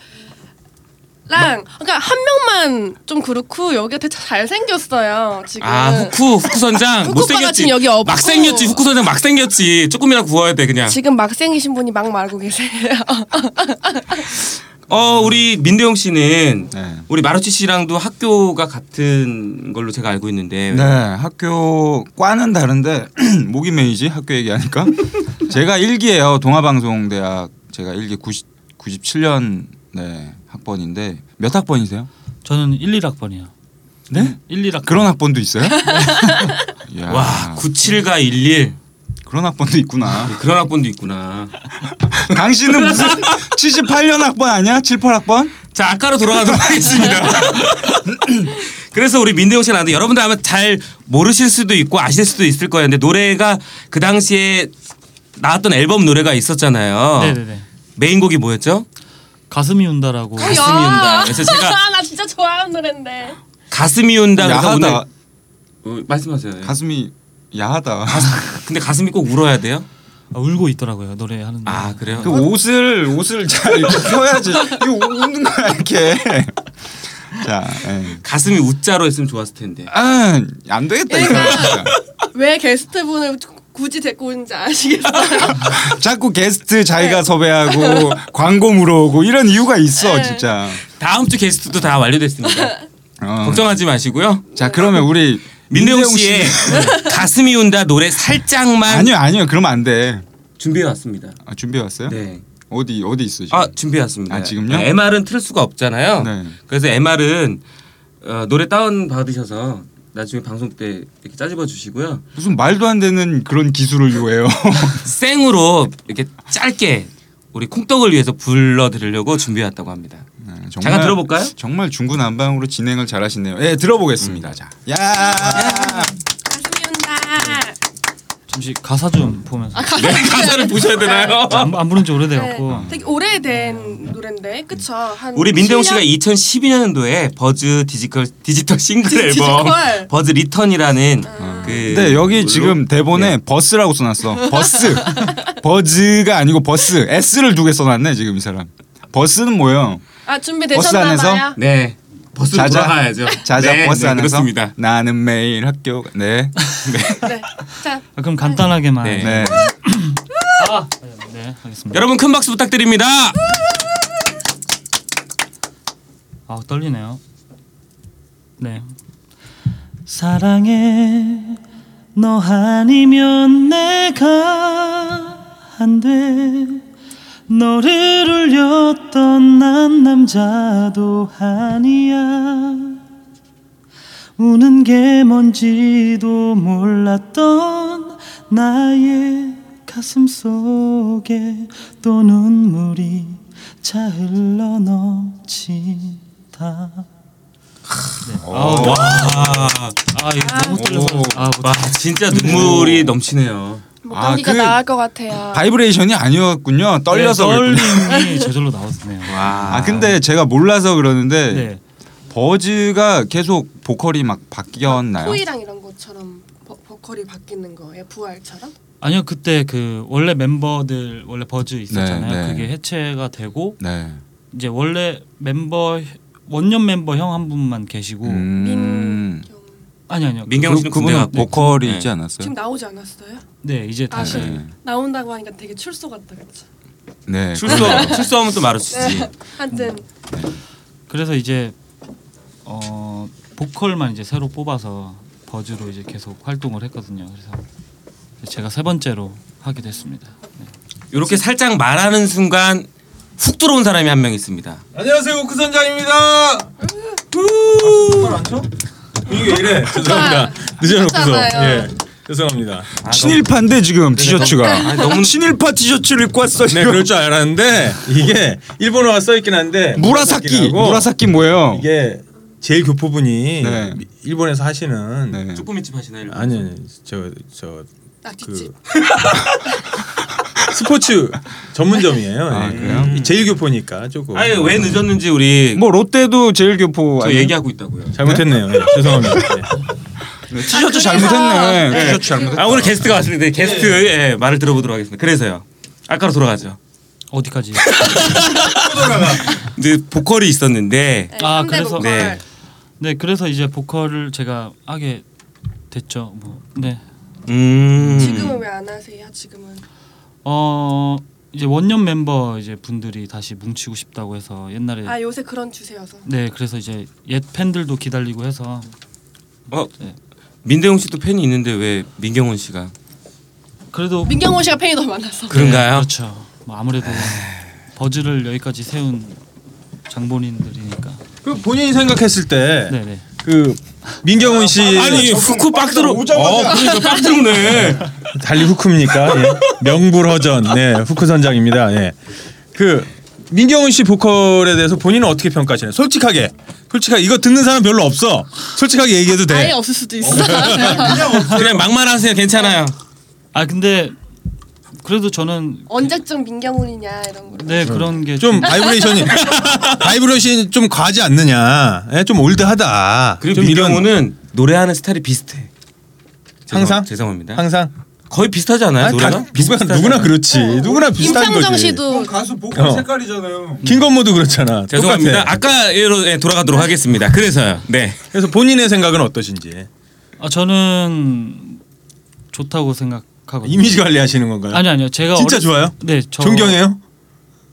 [SPEAKER 4] 그러니까 한 명만 좀 그렇고 여기 다 잘생겼어요. 지금
[SPEAKER 2] 아, 후쿠 후쿠 선장
[SPEAKER 4] (laughs) 후쿠
[SPEAKER 2] 못
[SPEAKER 4] 오빠가
[SPEAKER 2] 생겼지.
[SPEAKER 4] 지금 여기 없고.
[SPEAKER 2] 막 생겼지. 후쿠 선장 막 생겼지. 조금이나 구워야 돼 그냥.
[SPEAKER 4] 지금 막 생기신 분이 막 말고 계세요.
[SPEAKER 2] 어 우리 민대용 씨는
[SPEAKER 3] 네.
[SPEAKER 2] 우리 마루치 씨랑도 학교가 같은 걸로 제가 알고 있는데
[SPEAKER 3] 네, 학교 과는 다른데 (clears throat) 목이 메이지 학교 얘기하니까 제가 일기예요. 동아방송대학 제가 일기 90, 97년 네, 학번인데 몇 학번이세요?
[SPEAKER 6] 저는 1, 1학번이요.
[SPEAKER 3] 네?
[SPEAKER 6] 1, 1학번.
[SPEAKER 3] 그런
[SPEAKER 2] (laughs)
[SPEAKER 3] 학번도 있어요? 이야,
[SPEAKER 2] 와 97과 11
[SPEAKER 3] 그런 학번도
[SPEAKER 2] (laughs)
[SPEAKER 3] 있구나.
[SPEAKER 2] 그런 학번도 있구나.
[SPEAKER 3] 당신은
[SPEAKER 2] (laughs)
[SPEAKER 3] 무슨 78년 학번 아니야? 78 학번?
[SPEAKER 2] 자 아까로 돌아가도록
[SPEAKER 6] (laughs)
[SPEAKER 2] 하겠습니다. 그래서 우리 민대용 씨랑 나는데 여러분들 아마 잘 모르실 수도 있고 아실 수도 있을 거예요. 근데 노래가 그 당시에 나왔던 앨범 노래가 있었잖아요.
[SPEAKER 6] 네네네.
[SPEAKER 2] 메인곡이 뭐였죠?
[SPEAKER 6] 가슴이 운다라고.
[SPEAKER 2] (laughs)
[SPEAKER 6] 아,
[SPEAKER 2] 가슴이 운다. 그래서 제가
[SPEAKER 4] 나 진짜 (laughs) 좋아하는 노랜데.
[SPEAKER 2] 가슴이 운다. 그래서 오늘
[SPEAKER 3] 야하다.
[SPEAKER 2] 어, 말씀하세요.
[SPEAKER 3] 네.
[SPEAKER 2] 예.
[SPEAKER 3] 가슴이 야하다.
[SPEAKER 2] 근데 가슴이 꼭 울어야 돼요?
[SPEAKER 6] 아, 울고 있더라고요 노래하는데.
[SPEAKER 2] 아 그래요?
[SPEAKER 3] 그 옷을 옷을 (laughs) 잘 이렇게 펴야지. 이거 (laughs) 웃는 거야 이렇게. (laughs) 자, 예.
[SPEAKER 2] 가슴이 웃자로 했으면 좋았을 텐데.
[SPEAKER 3] 아, 안 되겠다 이거. 진짜.
[SPEAKER 4] 왜 게스트 분을 굳이 데리고
[SPEAKER 2] (laughs)
[SPEAKER 4] 온지 아시겠어요?
[SPEAKER 3] (laughs) 자꾸 게스트 자기가 (laughs) 섭외하고 광고 물어오고 이런 이유가 있어
[SPEAKER 4] 네.
[SPEAKER 3] 진짜.
[SPEAKER 2] 다음 주 게스트도 다 (laughs) 완료됐습니다.
[SPEAKER 3] 어.
[SPEAKER 2] 걱정하지 마시고요.
[SPEAKER 3] 자 그러면 (laughs) 우리
[SPEAKER 2] 민대용 씨의 가슴이 운다 노래 살짝만
[SPEAKER 3] 아니요 아니요 그러면 안 돼.
[SPEAKER 2] 준비해 왔습니다.
[SPEAKER 3] 아, 준비해 왔어요?
[SPEAKER 2] 네.
[SPEAKER 3] 어디 어디 있어 지금?
[SPEAKER 2] 아 준비해 왔습니다. 네,
[SPEAKER 3] 아, 지금요?
[SPEAKER 2] MR은 틀 수가 없잖아요.
[SPEAKER 3] 네.
[SPEAKER 2] 그래서 MR은 어, 노래 다운 받으셔서 나중에 방송 때 이렇게 짜집어
[SPEAKER 3] (laughs)
[SPEAKER 2] 주시고요.
[SPEAKER 3] 무슨 말도 안 되는 그런 기술을 (laughs) 요해요.
[SPEAKER 2] 생으로 이렇게 짧게 우리 콩떡을 위해서 불러 드리려고 준비해 왔다고 합니다.
[SPEAKER 3] 네,
[SPEAKER 2] 잠깐 들어볼까요?
[SPEAKER 3] 정말 중구난방으로 진행을 잘하시네요. 예 들어보겠습니다.
[SPEAKER 2] 음.
[SPEAKER 3] 자, 야.
[SPEAKER 4] 가슴이 온다.
[SPEAKER 6] 잠시 가사 좀 보면서.
[SPEAKER 2] 네, (laughs) 가사를 보셔야 되나요?
[SPEAKER 6] 안, 안 부른 지
[SPEAKER 4] 네,
[SPEAKER 6] 오래돼갖고.
[SPEAKER 4] 되게 오래된 노래인데 그쵸? 한
[SPEAKER 2] 우리 민대용
[SPEAKER 4] 7년?
[SPEAKER 2] 씨가 2012년도에 버즈 디지털 디지털 싱글
[SPEAKER 4] 디지털.
[SPEAKER 2] 앨범 버즈 리턴이라는
[SPEAKER 4] 아.
[SPEAKER 2] 그
[SPEAKER 3] 근데 네, 여기
[SPEAKER 2] 걸로-
[SPEAKER 3] 지금
[SPEAKER 2] 예.
[SPEAKER 3] 대본에 버스라고
[SPEAKER 2] (laughs)
[SPEAKER 3] 써놨어. 버스. 버즈가 아니고 버스. S를 두 개 써놨네 지금 이 사람. 버스는 뭐예요?
[SPEAKER 4] 아
[SPEAKER 3] 버스 안에서?
[SPEAKER 4] 준비되셨나봐요.
[SPEAKER 2] 네 버스 로
[SPEAKER 3] 자자.
[SPEAKER 2] 돌아가야죠.
[SPEAKER 3] 자자
[SPEAKER 2] 네,
[SPEAKER 3] 버스
[SPEAKER 2] 네,
[SPEAKER 3] 안에서
[SPEAKER 2] 그렇습니다.
[SPEAKER 3] 나는 매일 학교 네.
[SPEAKER 4] 네. 자
[SPEAKER 6] 아, 그럼
[SPEAKER 2] (laughs)
[SPEAKER 6] 간단하게만.
[SPEAKER 2] 네.
[SPEAKER 3] 네.
[SPEAKER 6] 아, 네, 알겠습니다.
[SPEAKER 2] 여러분 큰 박수 부탁드립니다.
[SPEAKER 6] 아 떨리네요. 네. 사랑해 너 아니면 내가 안돼 너를 울렸던 난 남자도 아니야 우는 게 뭔지도 몰랐던 나의 가슴 속에 또 눈물이 차 흘러 넘친다. 네. 아우,
[SPEAKER 2] 와,
[SPEAKER 6] 아, 이거 너무 떨려서. 아, 못
[SPEAKER 2] 와 진짜 눈물이 넘치네요.
[SPEAKER 4] 목소리가
[SPEAKER 3] 아, 그-
[SPEAKER 4] 뭐 나을 것 같아요.
[SPEAKER 3] 바이브레이션이 아니었군요. 떨려서
[SPEAKER 6] 네,
[SPEAKER 3] 그랬군요.
[SPEAKER 6] 떨림이 저절로 나왔네요.
[SPEAKER 2] 와.
[SPEAKER 3] 아 근데 제가 몰라서 그러는데
[SPEAKER 6] 네.
[SPEAKER 3] 버즈가 계속 보컬이 막 바뀌었나요?
[SPEAKER 4] 코이랑 이런 것처럼 버, 보컬이 바뀌는 거예요. 부활처럼.
[SPEAKER 6] 아니요 그때 그 원래 멤버들 원래 버즈 있었잖아요.
[SPEAKER 3] 네, 네.
[SPEAKER 6] 그게 해체가 되고
[SPEAKER 3] 네.
[SPEAKER 6] 이제 원래 멤버 원년 멤버 형 한 분만 계시고
[SPEAKER 3] 음.
[SPEAKER 4] 좀
[SPEAKER 6] 아니 아니요.
[SPEAKER 2] 민경 씨는 군대
[SPEAKER 3] 그분은
[SPEAKER 2] 갔고
[SPEAKER 3] 보컬이
[SPEAKER 2] 네.
[SPEAKER 3] 있지 않았어요?
[SPEAKER 4] 지금 나오지 않았어요?
[SPEAKER 6] 네 이제 다시
[SPEAKER 4] 다시.
[SPEAKER 3] 네.
[SPEAKER 4] 나온다고 하니까 되게 출소 같다 그쵸?
[SPEAKER 3] 네.
[SPEAKER 2] (laughs) 출소 출소하면 또 마루치지.
[SPEAKER 4] 하여튼
[SPEAKER 6] 그래서 이제 어 보컬만 이제 새로 뽑아서 버즈로 이제 계속 활동을 했거든요. 그래서 제가 세 번째로 하게 됐습니다. 네.
[SPEAKER 2] 이렇게 살짝 말하는 순간 훅 들어온 사람이 한 명 있습니다.
[SPEAKER 7] 안녕하세요 오크 선장입니다. 말안 쳐? 이게 왜 이래? 죄송합니다. 늦어놓고서.
[SPEAKER 4] 쳤잖아요.
[SPEAKER 7] 예. 죄송합니다.
[SPEAKER 3] 친일파인데 지금 티셔츠가
[SPEAKER 2] 너무-
[SPEAKER 3] 친일파 티셔츠를 입고 왔어
[SPEAKER 7] 네,
[SPEAKER 3] 지금.
[SPEAKER 7] 그럴 줄 알았는데 이게 일본어가 써 있긴 한데
[SPEAKER 3] 무라사키
[SPEAKER 7] 하고
[SPEAKER 3] 무라사키 뭐예요?
[SPEAKER 7] 이게 제일 교포분이
[SPEAKER 3] 네.
[SPEAKER 7] 미- 일본에서 하시는
[SPEAKER 3] 네.
[SPEAKER 2] 쭈꾸미집 하시나요?
[SPEAKER 7] 아니 아니 저저
[SPEAKER 4] 낙지집
[SPEAKER 7] 그 (laughs) 스포츠 전문점이에요.
[SPEAKER 3] 아,
[SPEAKER 7] 예.
[SPEAKER 3] 그래요?
[SPEAKER 7] 이 제일 교포니까 조금.
[SPEAKER 2] 뭐 아니 왜 늦었는지 우리
[SPEAKER 3] 뭐 롯데도 제일 교포
[SPEAKER 2] 저
[SPEAKER 3] 아니에요?
[SPEAKER 2] 얘기하고 있다고요.
[SPEAKER 7] 잘못했네요. 예, 죄송합니다.
[SPEAKER 3] (laughs)
[SPEAKER 7] 예.
[SPEAKER 3] 네, 티셔츠
[SPEAKER 4] 아,
[SPEAKER 3] 잘못했네.
[SPEAKER 4] 그래서-
[SPEAKER 3] 티셔츠 잘못했.
[SPEAKER 2] 아 오늘 게스트가 왔습니다. 게스트의 예, 말을 들어보도록 하겠습니다. 그래서요. 아까로 돌아가죠.
[SPEAKER 3] (laughs)
[SPEAKER 6] 어디까지?
[SPEAKER 2] 이제 보컬이 있었는데
[SPEAKER 4] 네,
[SPEAKER 6] 아,
[SPEAKER 4] 삼대
[SPEAKER 6] 그래서-
[SPEAKER 4] 보컬
[SPEAKER 2] 네.
[SPEAKER 6] 네 그래서 이제 보컬을 제가 하게 됐죠. 뭐 네.
[SPEAKER 2] 음
[SPEAKER 4] 지금은 왜 안 하세요? 지금은
[SPEAKER 6] 어 이제 원년 멤버 이제 분들이 다시 뭉치고 싶다고 해서 옛날에
[SPEAKER 4] 아 요새 그런 추세여서
[SPEAKER 6] 네 그래서 이제 옛 팬들도 기다리고 해서
[SPEAKER 2] 어
[SPEAKER 6] 네.
[SPEAKER 2] 민대용 씨도 팬이 있는데 왜 민경훈 씨가
[SPEAKER 6] 그래도
[SPEAKER 4] 민경호 씨가 팬이 더 많아서
[SPEAKER 2] 그런가요?
[SPEAKER 6] 네, 그렇죠. 뭐 아무래도
[SPEAKER 7] 네.
[SPEAKER 6] 버즈를 여기까지 세운 장본인들이니까.
[SPEAKER 7] 그 본인이 생각했을 때
[SPEAKER 6] 네, 네.
[SPEAKER 7] 그 민경훈 씨
[SPEAKER 2] 아니 후쿠 빡 들어 어 그러니까 빡 들어오네
[SPEAKER 7] 달리 후크입니까? 예. 명불허전. 네, 후크 선장입니다. 예. 그 민경훈 씨 보컬에 대해서 본인은 어떻게 평가하시나요? 솔직하게. 솔직하게 이거 듣는 사람 별로 없어. 솔직하게 얘기해도 돼.
[SPEAKER 4] 아예 없을 수도 있어
[SPEAKER 2] 그냥 막말 하세요 괜찮아요
[SPEAKER 6] 아 근데 그래도 저는
[SPEAKER 4] 언제쯤 민경훈이냐 이런 거
[SPEAKER 6] 네 그런 게좀
[SPEAKER 7] 좀
[SPEAKER 4] (laughs)
[SPEAKER 7] 바이브레이션이 바이브레이션이 좀 과하지 않느냐? 예, 좀 올드하다.
[SPEAKER 2] 그리고
[SPEAKER 7] 좀 이런-
[SPEAKER 2] 민경훈은 노래하는 스타일이 비슷해 죄송-
[SPEAKER 7] 항상?
[SPEAKER 2] 죄송합니다
[SPEAKER 7] 항상
[SPEAKER 2] 거의 비슷하지 않아요
[SPEAKER 7] 아니, 다,
[SPEAKER 2] 노래가
[SPEAKER 7] 누가,
[SPEAKER 2] 비슷비슷하지
[SPEAKER 7] 누구나
[SPEAKER 2] 않아요?
[SPEAKER 7] 그렇지. 누구나 비슷한 거지.
[SPEAKER 4] 임창정 씨도
[SPEAKER 8] 가수 보컬
[SPEAKER 7] 어.
[SPEAKER 8] 색깔이잖아요.
[SPEAKER 7] 김건모도 그렇잖아.
[SPEAKER 2] 죄송합니다
[SPEAKER 7] 똑같아.
[SPEAKER 2] 아까 로 예, 돌아가도록 하겠습니다 그래서요 네
[SPEAKER 7] 그래서 본인의 생각은 어떠신지
[SPEAKER 6] 아, 저는 좋다고 생각하거든요.
[SPEAKER 7] 이미지 관리하시는 건가요?
[SPEAKER 6] 아니 아니요 제가
[SPEAKER 7] 진짜
[SPEAKER 6] 어렸-
[SPEAKER 7] 좋아요?
[SPEAKER 6] 네 저...
[SPEAKER 7] 존경해요? 네.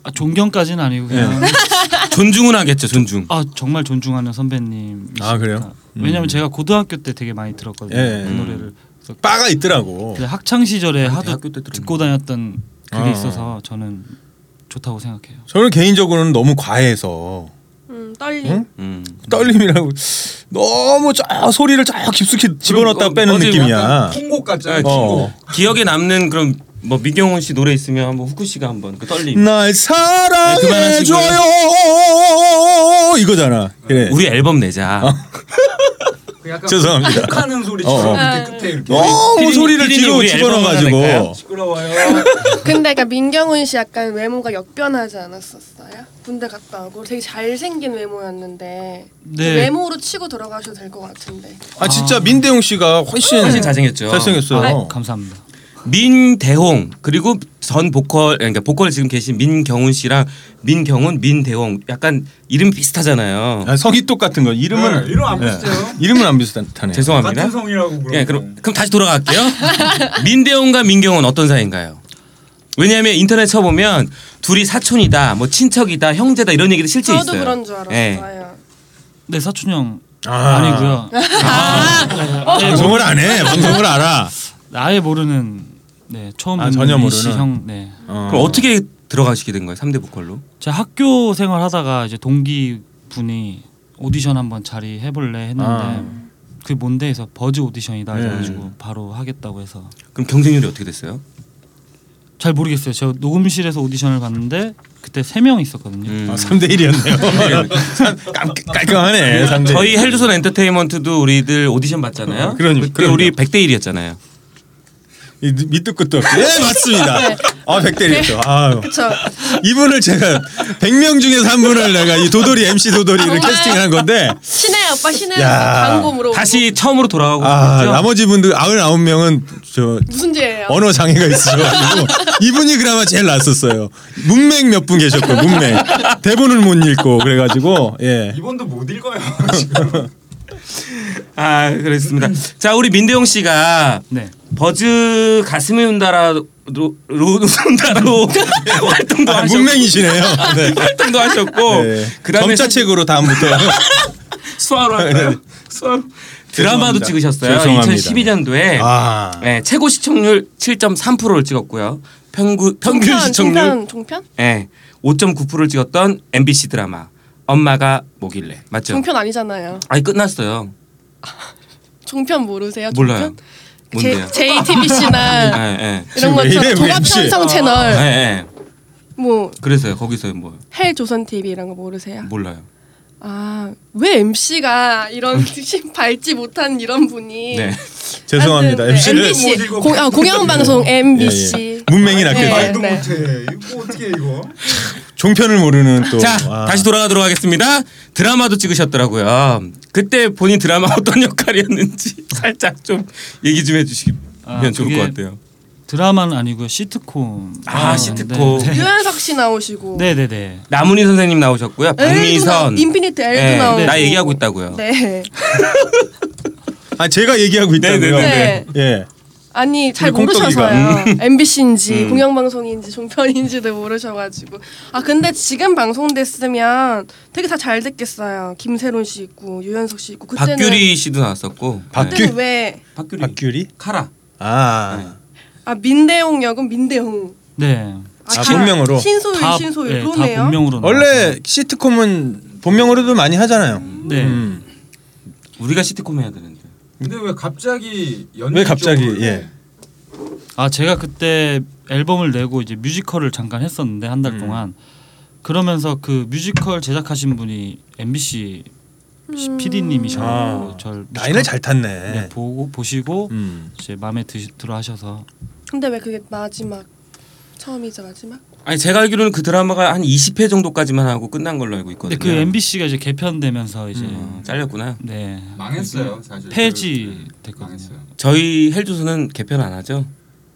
[SPEAKER 6] 아, 존경까지는 아니고 그냥
[SPEAKER 2] 존중은 하겠죠 존중
[SPEAKER 6] 아 정말 존중하는 선배님.
[SPEAKER 7] 아, 그래요? 음.
[SPEAKER 6] 왜냐면 제가 고등학교 때 되게 많이 들었거든요
[SPEAKER 7] 예, 아,
[SPEAKER 6] 그
[SPEAKER 7] 예.
[SPEAKER 6] 노래를. 그래서
[SPEAKER 7] 빠가 있더라고.
[SPEAKER 6] 근데 학창 시절에 하도
[SPEAKER 2] 대학교 때 들었는데.
[SPEAKER 6] 듣고 다녔던 그게
[SPEAKER 7] 아. 어.
[SPEAKER 6] 있어서 저는 좋다고 생각해요.
[SPEAKER 7] 저는 개인적으로는 너무 과해서
[SPEAKER 4] 음, 떨림
[SPEAKER 7] 응?
[SPEAKER 2] 음.
[SPEAKER 7] 떨림이라고 너무 쫙 소리를 쫙 깊숙이 집어넣었다
[SPEAKER 2] 어,
[SPEAKER 7] 빼는
[SPEAKER 2] 어제
[SPEAKER 7] 느낌이야.
[SPEAKER 8] 콩곡
[SPEAKER 2] 아,
[SPEAKER 8] 같잖아요.
[SPEAKER 7] 어.
[SPEAKER 2] 기억에 남는 그런 뭐 민경훈 씨 노래 있으면 한번 후쿠 씨가 한번 그 떨림
[SPEAKER 7] 날
[SPEAKER 2] 네,
[SPEAKER 7] 사랑해줘요 이거잖아. 그래.
[SPEAKER 2] 우리 앨범 내자
[SPEAKER 7] 어.
[SPEAKER 8] 그 약간
[SPEAKER 7] (laughs)
[SPEAKER 2] (laughs)
[SPEAKER 7] 죄송합니다.
[SPEAKER 8] 욱하는 소리
[SPEAKER 7] 어, 어.
[SPEAKER 8] 지금 밑에 끝에 이렇게
[SPEAKER 7] 너무
[SPEAKER 2] 피디님,
[SPEAKER 7] 소리를
[SPEAKER 2] 피디님
[SPEAKER 7] 뒤로
[SPEAKER 2] 우리 앨범 하나
[SPEAKER 7] 집어넣어가지고
[SPEAKER 8] 시끄러워요.
[SPEAKER 4] 근데 그러니까 민경훈 씨 약간 외모가 역변하지 않았었어요? 군대 갔다 오고 되게 잘생긴 외모였는데
[SPEAKER 6] 네.
[SPEAKER 4] 외모로 치고 돌아가셔도 될 것 같은데
[SPEAKER 7] 아 진짜 민대용 씨가 훨씬
[SPEAKER 2] 훨씬 잘생겼죠
[SPEAKER 7] 잘생겼어요.
[SPEAKER 6] 감사합니다.
[SPEAKER 2] 민대홍 그리고 전 보컬 그러니까 보컬 지금 계신 민경훈 씨랑 민경훈 민대홍 약간 이름 비슷하잖아요.
[SPEAKER 7] 아, 성이 똑같은 거 이름은
[SPEAKER 8] 네, 이름 안
[SPEAKER 7] 예.
[SPEAKER 8] 비슷해요.
[SPEAKER 7] 이름은 안 비슷하네.
[SPEAKER 2] 죄송합니다.
[SPEAKER 8] 같은 성이라고 그러고.
[SPEAKER 2] 예, 그럼 그럼 다시 돌아갈게요. (laughs) 민대홍과 민경훈 어떤 사이인가요? 왜냐하면 인터넷 쳐보면 둘이 사촌이다, 뭐 친척이다, 형제다 이런 얘기도 실제
[SPEAKER 4] 저도
[SPEAKER 2] 있어요.
[SPEAKER 4] 그런 줄
[SPEAKER 2] 예.
[SPEAKER 4] 알았어요
[SPEAKER 6] 네 사춘 형
[SPEAKER 7] 아.
[SPEAKER 6] 아. 니고요
[SPEAKER 7] 방송을 아, 안 해. 방송을 알아.
[SPEAKER 6] 아예 모르는 네 처음
[SPEAKER 7] 아,
[SPEAKER 6] 듣는
[SPEAKER 7] 전혀
[SPEAKER 6] 이씨
[SPEAKER 7] 모르는.
[SPEAKER 6] 형. 네.
[SPEAKER 2] 그럼 어떻게 들어가시게 된 거예요? 3대 보컬로?
[SPEAKER 6] 제가 학교 생활 하다가 이제 동기 분이 오디션 한번 자리 해볼래 했는데
[SPEAKER 7] 아.
[SPEAKER 6] 그게 뭔데 해서 버즈 오디션이다
[SPEAKER 7] 예.
[SPEAKER 6] 해가지고 바로 하겠다고 해서
[SPEAKER 2] 그럼 경쟁률이 어떻게 됐어요?
[SPEAKER 6] 잘 모르겠어요. 제가 녹음실에서 오디션을 봤는데 그때 세 명 있었거든요.
[SPEAKER 2] 음.
[SPEAKER 7] 아, 3대 1이었네요. 깔끔하네. 3대
[SPEAKER 2] 저희 헬조선 엔터테인먼트도 우리들 오디션 봤잖아요.
[SPEAKER 7] 그러니-
[SPEAKER 2] 그때
[SPEAKER 7] 그러니까.
[SPEAKER 2] 우리 100대 1이었잖아요.
[SPEAKER 7] 이 밑도 끝도 없죠. 예, 맞습니다. 아, 백대리죠. 아,
[SPEAKER 4] 그쵸
[SPEAKER 7] 이분을 제가 100명 중에서 한 분을 내가 이 도돌이 MC 도돌이를
[SPEAKER 4] 정말.
[SPEAKER 7] 캐스팅을 한 건데
[SPEAKER 4] 신혜 오빠 신혜
[SPEAKER 7] 야.
[SPEAKER 4] 광고 물어보고
[SPEAKER 2] 다시 처음으로 돌아가고
[SPEAKER 7] 아,
[SPEAKER 2] 있죠?
[SPEAKER 7] 나머지 분들 99명은 저
[SPEAKER 4] 무슨 죄예요?
[SPEAKER 7] 언어 장애가 있으셔가지고 이분이 그나마 제일 낫었어요. 문맹 몇 분 계셨고 문맹 대본을 못 읽고 그래가지고 예.
[SPEAKER 8] 이번도 못 읽어요.
[SPEAKER 2] (laughs) 아 그렇습니다. 자 우리 민대용 씨가
[SPEAKER 6] 네.
[SPEAKER 2] 버즈 가슴이 운다라로 로- 운다로
[SPEAKER 7] (laughs)
[SPEAKER 2] 활동도
[SPEAKER 7] 아,
[SPEAKER 2] 하셨고
[SPEAKER 7] 문맹이시네요. 네.
[SPEAKER 2] 활동도 하셨고
[SPEAKER 7] 네.
[SPEAKER 2] 어, 그다음에
[SPEAKER 7] 점자책으로 다음부터
[SPEAKER 2] 수화로 할까요? 수화로 드라마도
[SPEAKER 7] 네. 죄송합니다.
[SPEAKER 2] 찍으셨어요.
[SPEAKER 7] 죄송합니다.
[SPEAKER 2] 2012년도에
[SPEAKER 7] 아.
[SPEAKER 2] 네, 최고 시청률 7.3%를 찍었고요. 평균 평균
[SPEAKER 4] 종편,
[SPEAKER 2] 시청률
[SPEAKER 4] 종편, 종편?
[SPEAKER 2] 예, 5.9%를 찍었던 MBC 드라마 엄마가 뭐길래 맞죠?
[SPEAKER 4] 종편 아니잖아요.
[SPEAKER 2] 아니 끝났어요.
[SPEAKER 4] 종편 모르세요?
[SPEAKER 2] 몰라요.
[SPEAKER 4] 종편?
[SPEAKER 2] 뭔데요? 예, (laughs)
[SPEAKER 4] JTBC나
[SPEAKER 2] 예.
[SPEAKER 4] 이런
[SPEAKER 7] 지금 왜 이래,
[SPEAKER 4] 것처럼
[SPEAKER 7] 우리
[SPEAKER 4] 종합
[SPEAKER 7] MC?
[SPEAKER 4] 편성
[SPEAKER 2] 예,
[SPEAKER 4] 채널,
[SPEAKER 2] 예.
[SPEAKER 4] 뭐
[SPEAKER 2] 그래서요. 거기서 뭐
[SPEAKER 4] 헬조선 TV 이런 거 모르세요?
[SPEAKER 2] 몰라요.
[SPEAKER 4] 아, 왜 MC가
[SPEAKER 2] (laughs)
[SPEAKER 4] 이런 신 밟지 못한 이런 분이
[SPEAKER 2] 네.
[SPEAKER 7] 죄송합니다.
[SPEAKER 4] 하여튼, 네,
[SPEAKER 7] MC를
[SPEAKER 4] MBC 공, 아, 공영방송
[SPEAKER 2] 예,
[SPEAKER 4] MBC
[SPEAKER 7] 예, 문맹이
[SPEAKER 4] 네,
[SPEAKER 7] 낫겠다.
[SPEAKER 8] 말도
[SPEAKER 4] 네.
[SPEAKER 8] 못해. 이거 어떻게 해, 이거?
[SPEAKER 7] 종편을 모르는 또.
[SPEAKER 2] 자,
[SPEAKER 7] 아.
[SPEAKER 2] 다시 돌아가도록 하겠습니다. 드라마도 찍으셨더라고요. 그때 본인 드라마 어떤 역할이었는지 (laughs) 살짝 좀 얘기 좀 해주시면
[SPEAKER 6] 아,
[SPEAKER 2] 좋을
[SPEAKER 6] 그게
[SPEAKER 2] 것 같아요.
[SPEAKER 6] 드라마는 아니고요. 시트콤.
[SPEAKER 2] 아, 시트콤.
[SPEAKER 6] 네,
[SPEAKER 4] 유현석 씨 나오시고
[SPEAKER 6] 네, 네, 네.
[SPEAKER 2] 나문희 선생님 나오셨고요.
[SPEAKER 4] 엘도 나
[SPEAKER 2] 박미선.
[SPEAKER 4] 네, 인피니트 엘도
[SPEAKER 2] 예,
[SPEAKER 4] 나오고
[SPEAKER 2] 나 얘기하고 있다고요.
[SPEAKER 4] 네.
[SPEAKER 7] 아 제가 얘기하고 있다고요.
[SPEAKER 4] 네.
[SPEAKER 7] 예.
[SPEAKER 4] 아니 잘
[SPEAKER 7] 우리
[SPEAKER 4] 모르셔서요.
[SPEAKER 2] 음.
[SPEAKER 4] MBC인지 공영방송인지 종편인지도 모르셔가지고 아 근데 지금 방송됐으면 되게 다 잘 됐겠어요. 김세론 씨 있고 유현석 씨 있고 그때는
[SPEAKER 2] 박규리 씨도 나왔었고. 네,
[SPEAKER 7] 박-
[SPEAKER 4] 그때는 왜?
[SPEAKER 2] 박규리.
[SPEAKER 7] 박규리?
[SPEAKER 2] 카라.
[SPEAKER 7] 아.
[SPEAKER 4] 아 민대용 역은 민대용.
[SPEAKER 6] 네.
[SPEAKER 7] 아,
[SPEAKER 4] 다
[SPEAKER 7] 본명으로?
[SPEAKER 4] 음, 신소유
[SPEAKER 6] 다,
[SPEAKER 4] 신소유
[SPEAKER 6] 네, 다
[SPEAKER 4] 그러네요.
[SPEAKER 6] 본명으로. 나와서.
[SPEAKER 7] 원래 시트콤은 본명으로도 많이 하잖아요.
[SPEAKER 6] 네.
[SPEAKER 7] 음.
[SPEAKER 2] 우리가 시트콤 해야 되는데.
[SPEAKER 8] 근데 왜 갑자기 연?
[SPEAKER 7] 왜 갑자기 예.
[SPEAKER 6] 아 제가 그때 앨범을 내고 이제 뮤지컬을 잠깐 했었는데 한 달
[SPEAKER 2] 음.
[SPEAKER 6] 동안 그러면서 그 뮤지컬 제작하신 분이 MBC
[SPEAKER 4] 음.
[SPEAKER 6] PD님이셔서
[SPEAKER 7] 아.
[SPEAKER 6] 저를
[SPEAKER 7] 라인을 잘 탔네.
[SPEAKER 6] 네, 보고 보시고
[SPEAKER 7] 음.
[SPEAKER 6] 이제 마음에 드, 들어 하셔서
[SPEAKER 4] 근데 왜 그게 마지막 처음이자 마지막?
[SPEAKER 2] 아니 제가 알기로는 그 드라마가 한 20회 정도까지만 하고 끝난 걸로 알고
[SPEAKER 6] 근데
[SPEAKER 2] 있거든요.
[SPEAKER 6] 그 MBC가 이제 개편되면서 이제
[SPEAKER 2] 음, 잘렸구나.
[SPEAKER 6] 네
[SPEAKER 3] 아,
[SPEAKER 8] 망했어요, 사실.
[SPEAKER 6] 폐지
[SPEAKER 8] 그-
[SPEAKER 6] 됐거든요.
[SPEAKER 8] 망했어요.
[SPEAKER 2] 저희 헬조선은 개편 안 하죠.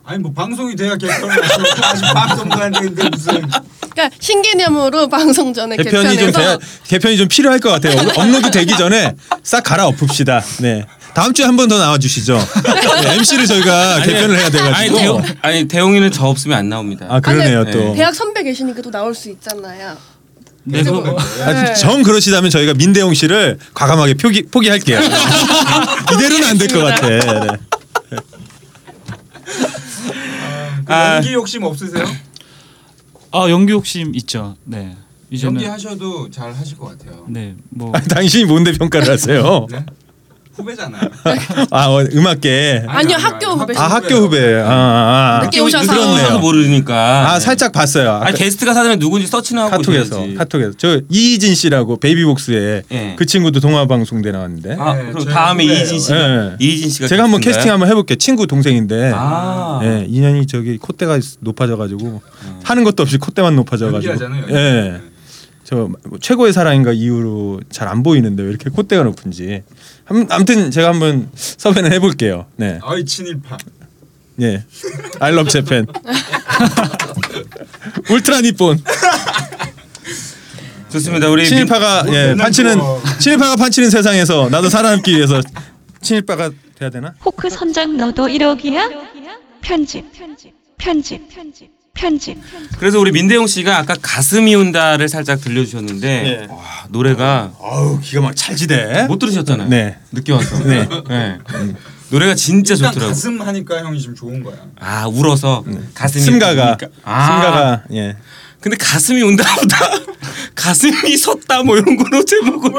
[SPEAKER 8] 아니 뭐 방송이 돼야 개편을 하고 아직 방송도 안 되는데 무슨
[SPEAKER 4] 그러니까 신개념으로 (laughs) 방송 전에
[SPEAKER 7] 개편이 좀
[SPEAKER 4] 개편해서
[SPEAKER 7] 돼야, 개편이 좀 필요할 것 같아요. 어, 업- 업로드 되기 전에 싹 갈아엎읍시다. 네. 다음 주에 한 번 더 나와 주시죠. 네, MC를 저희가 개편을 해야 돼
[SPEAKER 2] 아니
[SPEAKER 7] 가지고.
[SPEAKER 2] 대용 아니 대용이는 저 없으면 안 나옵니다.
[SPEAKER 7] 아 그러네요
[SPEAKER 4] 아니,
[SPEAKER 7] 또.
[SPEAKER 4] 대학 선배 계시니까 또 나올 수 있잖아요.
[SPEAKER 6] 네, 그,
[SPEAKER 7] 아, 정 그러시다면 저희가 민대용 씨를 과감하게 포기
[SPEAKER 2] (laughs)
[SPEAKER 7] 포기할게요. 이대로는 안 될 것 같아. 네.
[SPEAKER 8] 그
[SPEAKER 2] 아.
[SPEAKER 8] 연기 욕심 없으세요?
[SPEAKER 6] 아 연기 욕심 있죠. 네
[SPEAKER 8] 연기
[SPEAKER 6] 이제는
[SPEAKER 8] 하셔도 잘 하실 것 같아요.
[SPEAKER 6] 네뭐
[SPEAKER 7] 아, 당신이 뭔데 평가를 하세요?
[SPEAKER 8] 네?
[SPEAKER 2] (laughs)
[SPEAKER 8] 후배잖아요.
[SPEAKER 7] 아 어, 음악계.
[SPEAKER 4] 아니요,
[SPEAKER 8] 아니,
[SPEAKER 4] 학교
[SPEAKER 8] 아니,
[SPEAKER 4] 후배.
[SPEAKER 7] 아 학교 후배. 아, 아, 아.
[SPEAKER 4] 늦게 오셔서.
[SPEAKER 2] 서그 모르니까.
[SPEAKER 7] 아 살짝 봤어요.
[SPEAKER 2] 아
[SPEAKER 7] 아까
[SPEAKER 2] 게스트 가사는 누군지 서치나 하고
[SPEAKER 7] 카톡에서
[SPEAKER 2] 오셔야지.
[SPEAKER 7] 카톡에서 저 이희진 씨라고 베이비복스에
[SPEAKER 2] 예.
[SPEAKER 7] 그 친구도 동화 방송대 나왔는데.
[SPEAKER 2] 아
[SPEAKER 8] 네,
[SPEAKER 2] 그럼
[SPEAKER 8] 저희
[SPEAKER 2] 다음에
[SPEAKER 8] 후배예요.
[SPEAKER 2] 이진
[SPEAKER 7] 예,
[SPEAKER 2] 씨가
[SPEAKER 7] 예.
[SPEAKER 2] 이진 씨가
[SPEAKER 7] 제가 한번
[SPEAKER 2] 게스트인가요?
[SPEAKER 7] 캐스팅 한번 해볼게. 친구 동생인데.
[SPEAKER 2] 아.
[SPEAKER 7] 예, 인연이 저기 콧대가 높아져가지고 하는 것도 없이 콧대만 높아져가지고.
[SPEAKER 8] 연기하잖아요.
[SPEAKER 7] 예. 저뭐 최고의 사랑인가 이후로 잘 안 보이는데 왜 이렇게 콧대가 높은지. 함- 아무튼 제가 한번 섭외는 해볼게요. 네.
[SPEAKER 8] 아이 친일파.
[SPEAKER 7] 예. I love Japan. 울트라 니폰.
[SPEAKER 2] 좋습니다. 우리 민-
[SPEAKER 7] 친일파가 예,
[SPEAKER 8] 맨날
[SPEAKER 7] 판치는
[SPEAKER 8] 좋아.
[SPEAKER 7] 친일파가 판치는 세상에서 나도 살아남기 위해서 친일파가 돼야 되나?
[SPEAKER 1] 호크 선장 너도 1억이야? 편집, 편집, 편집, 편집, 편집.
[SPEAKER 2] 그래서 우리 민대용 씨가 아까 가슴이 온다를 살짝 들려주셨는데
[SPEAKER 8] 네.
[SPEAKER 7] 예.
[SPEAKER 2] 와, 노래가
[SPEAKER 7] 아우 기가 막 찰지대.
[SPEAKER 2] 못 들으셨잖아요.
[SPEAKER 7] 네.
[SPEAKER 2] 늦게 와서.
[SPEAKER 7] 네.
[SPEAKER 2] 예. 노래가 진짜
[SPEAKER 8] 일단
[SPEAKER 2] 좋더라고.
[SPEAKER 8] 가슴 하니까 형이 지금 좋은 거야.
[SPEAKER 2] 아 울어서
[SPEAKER 7] 네.
[SPEAKER 2] 가슴이
[SPEAKER 7] 승가가
[SPEAKER 2] 울리니까. 아,
[SPEAKER 7] 승가가 예.
[SPEAKER 2] 근데 가슴이 온다보다 (laughs) 가슴이 섰다 뭐 이런 거로 제목을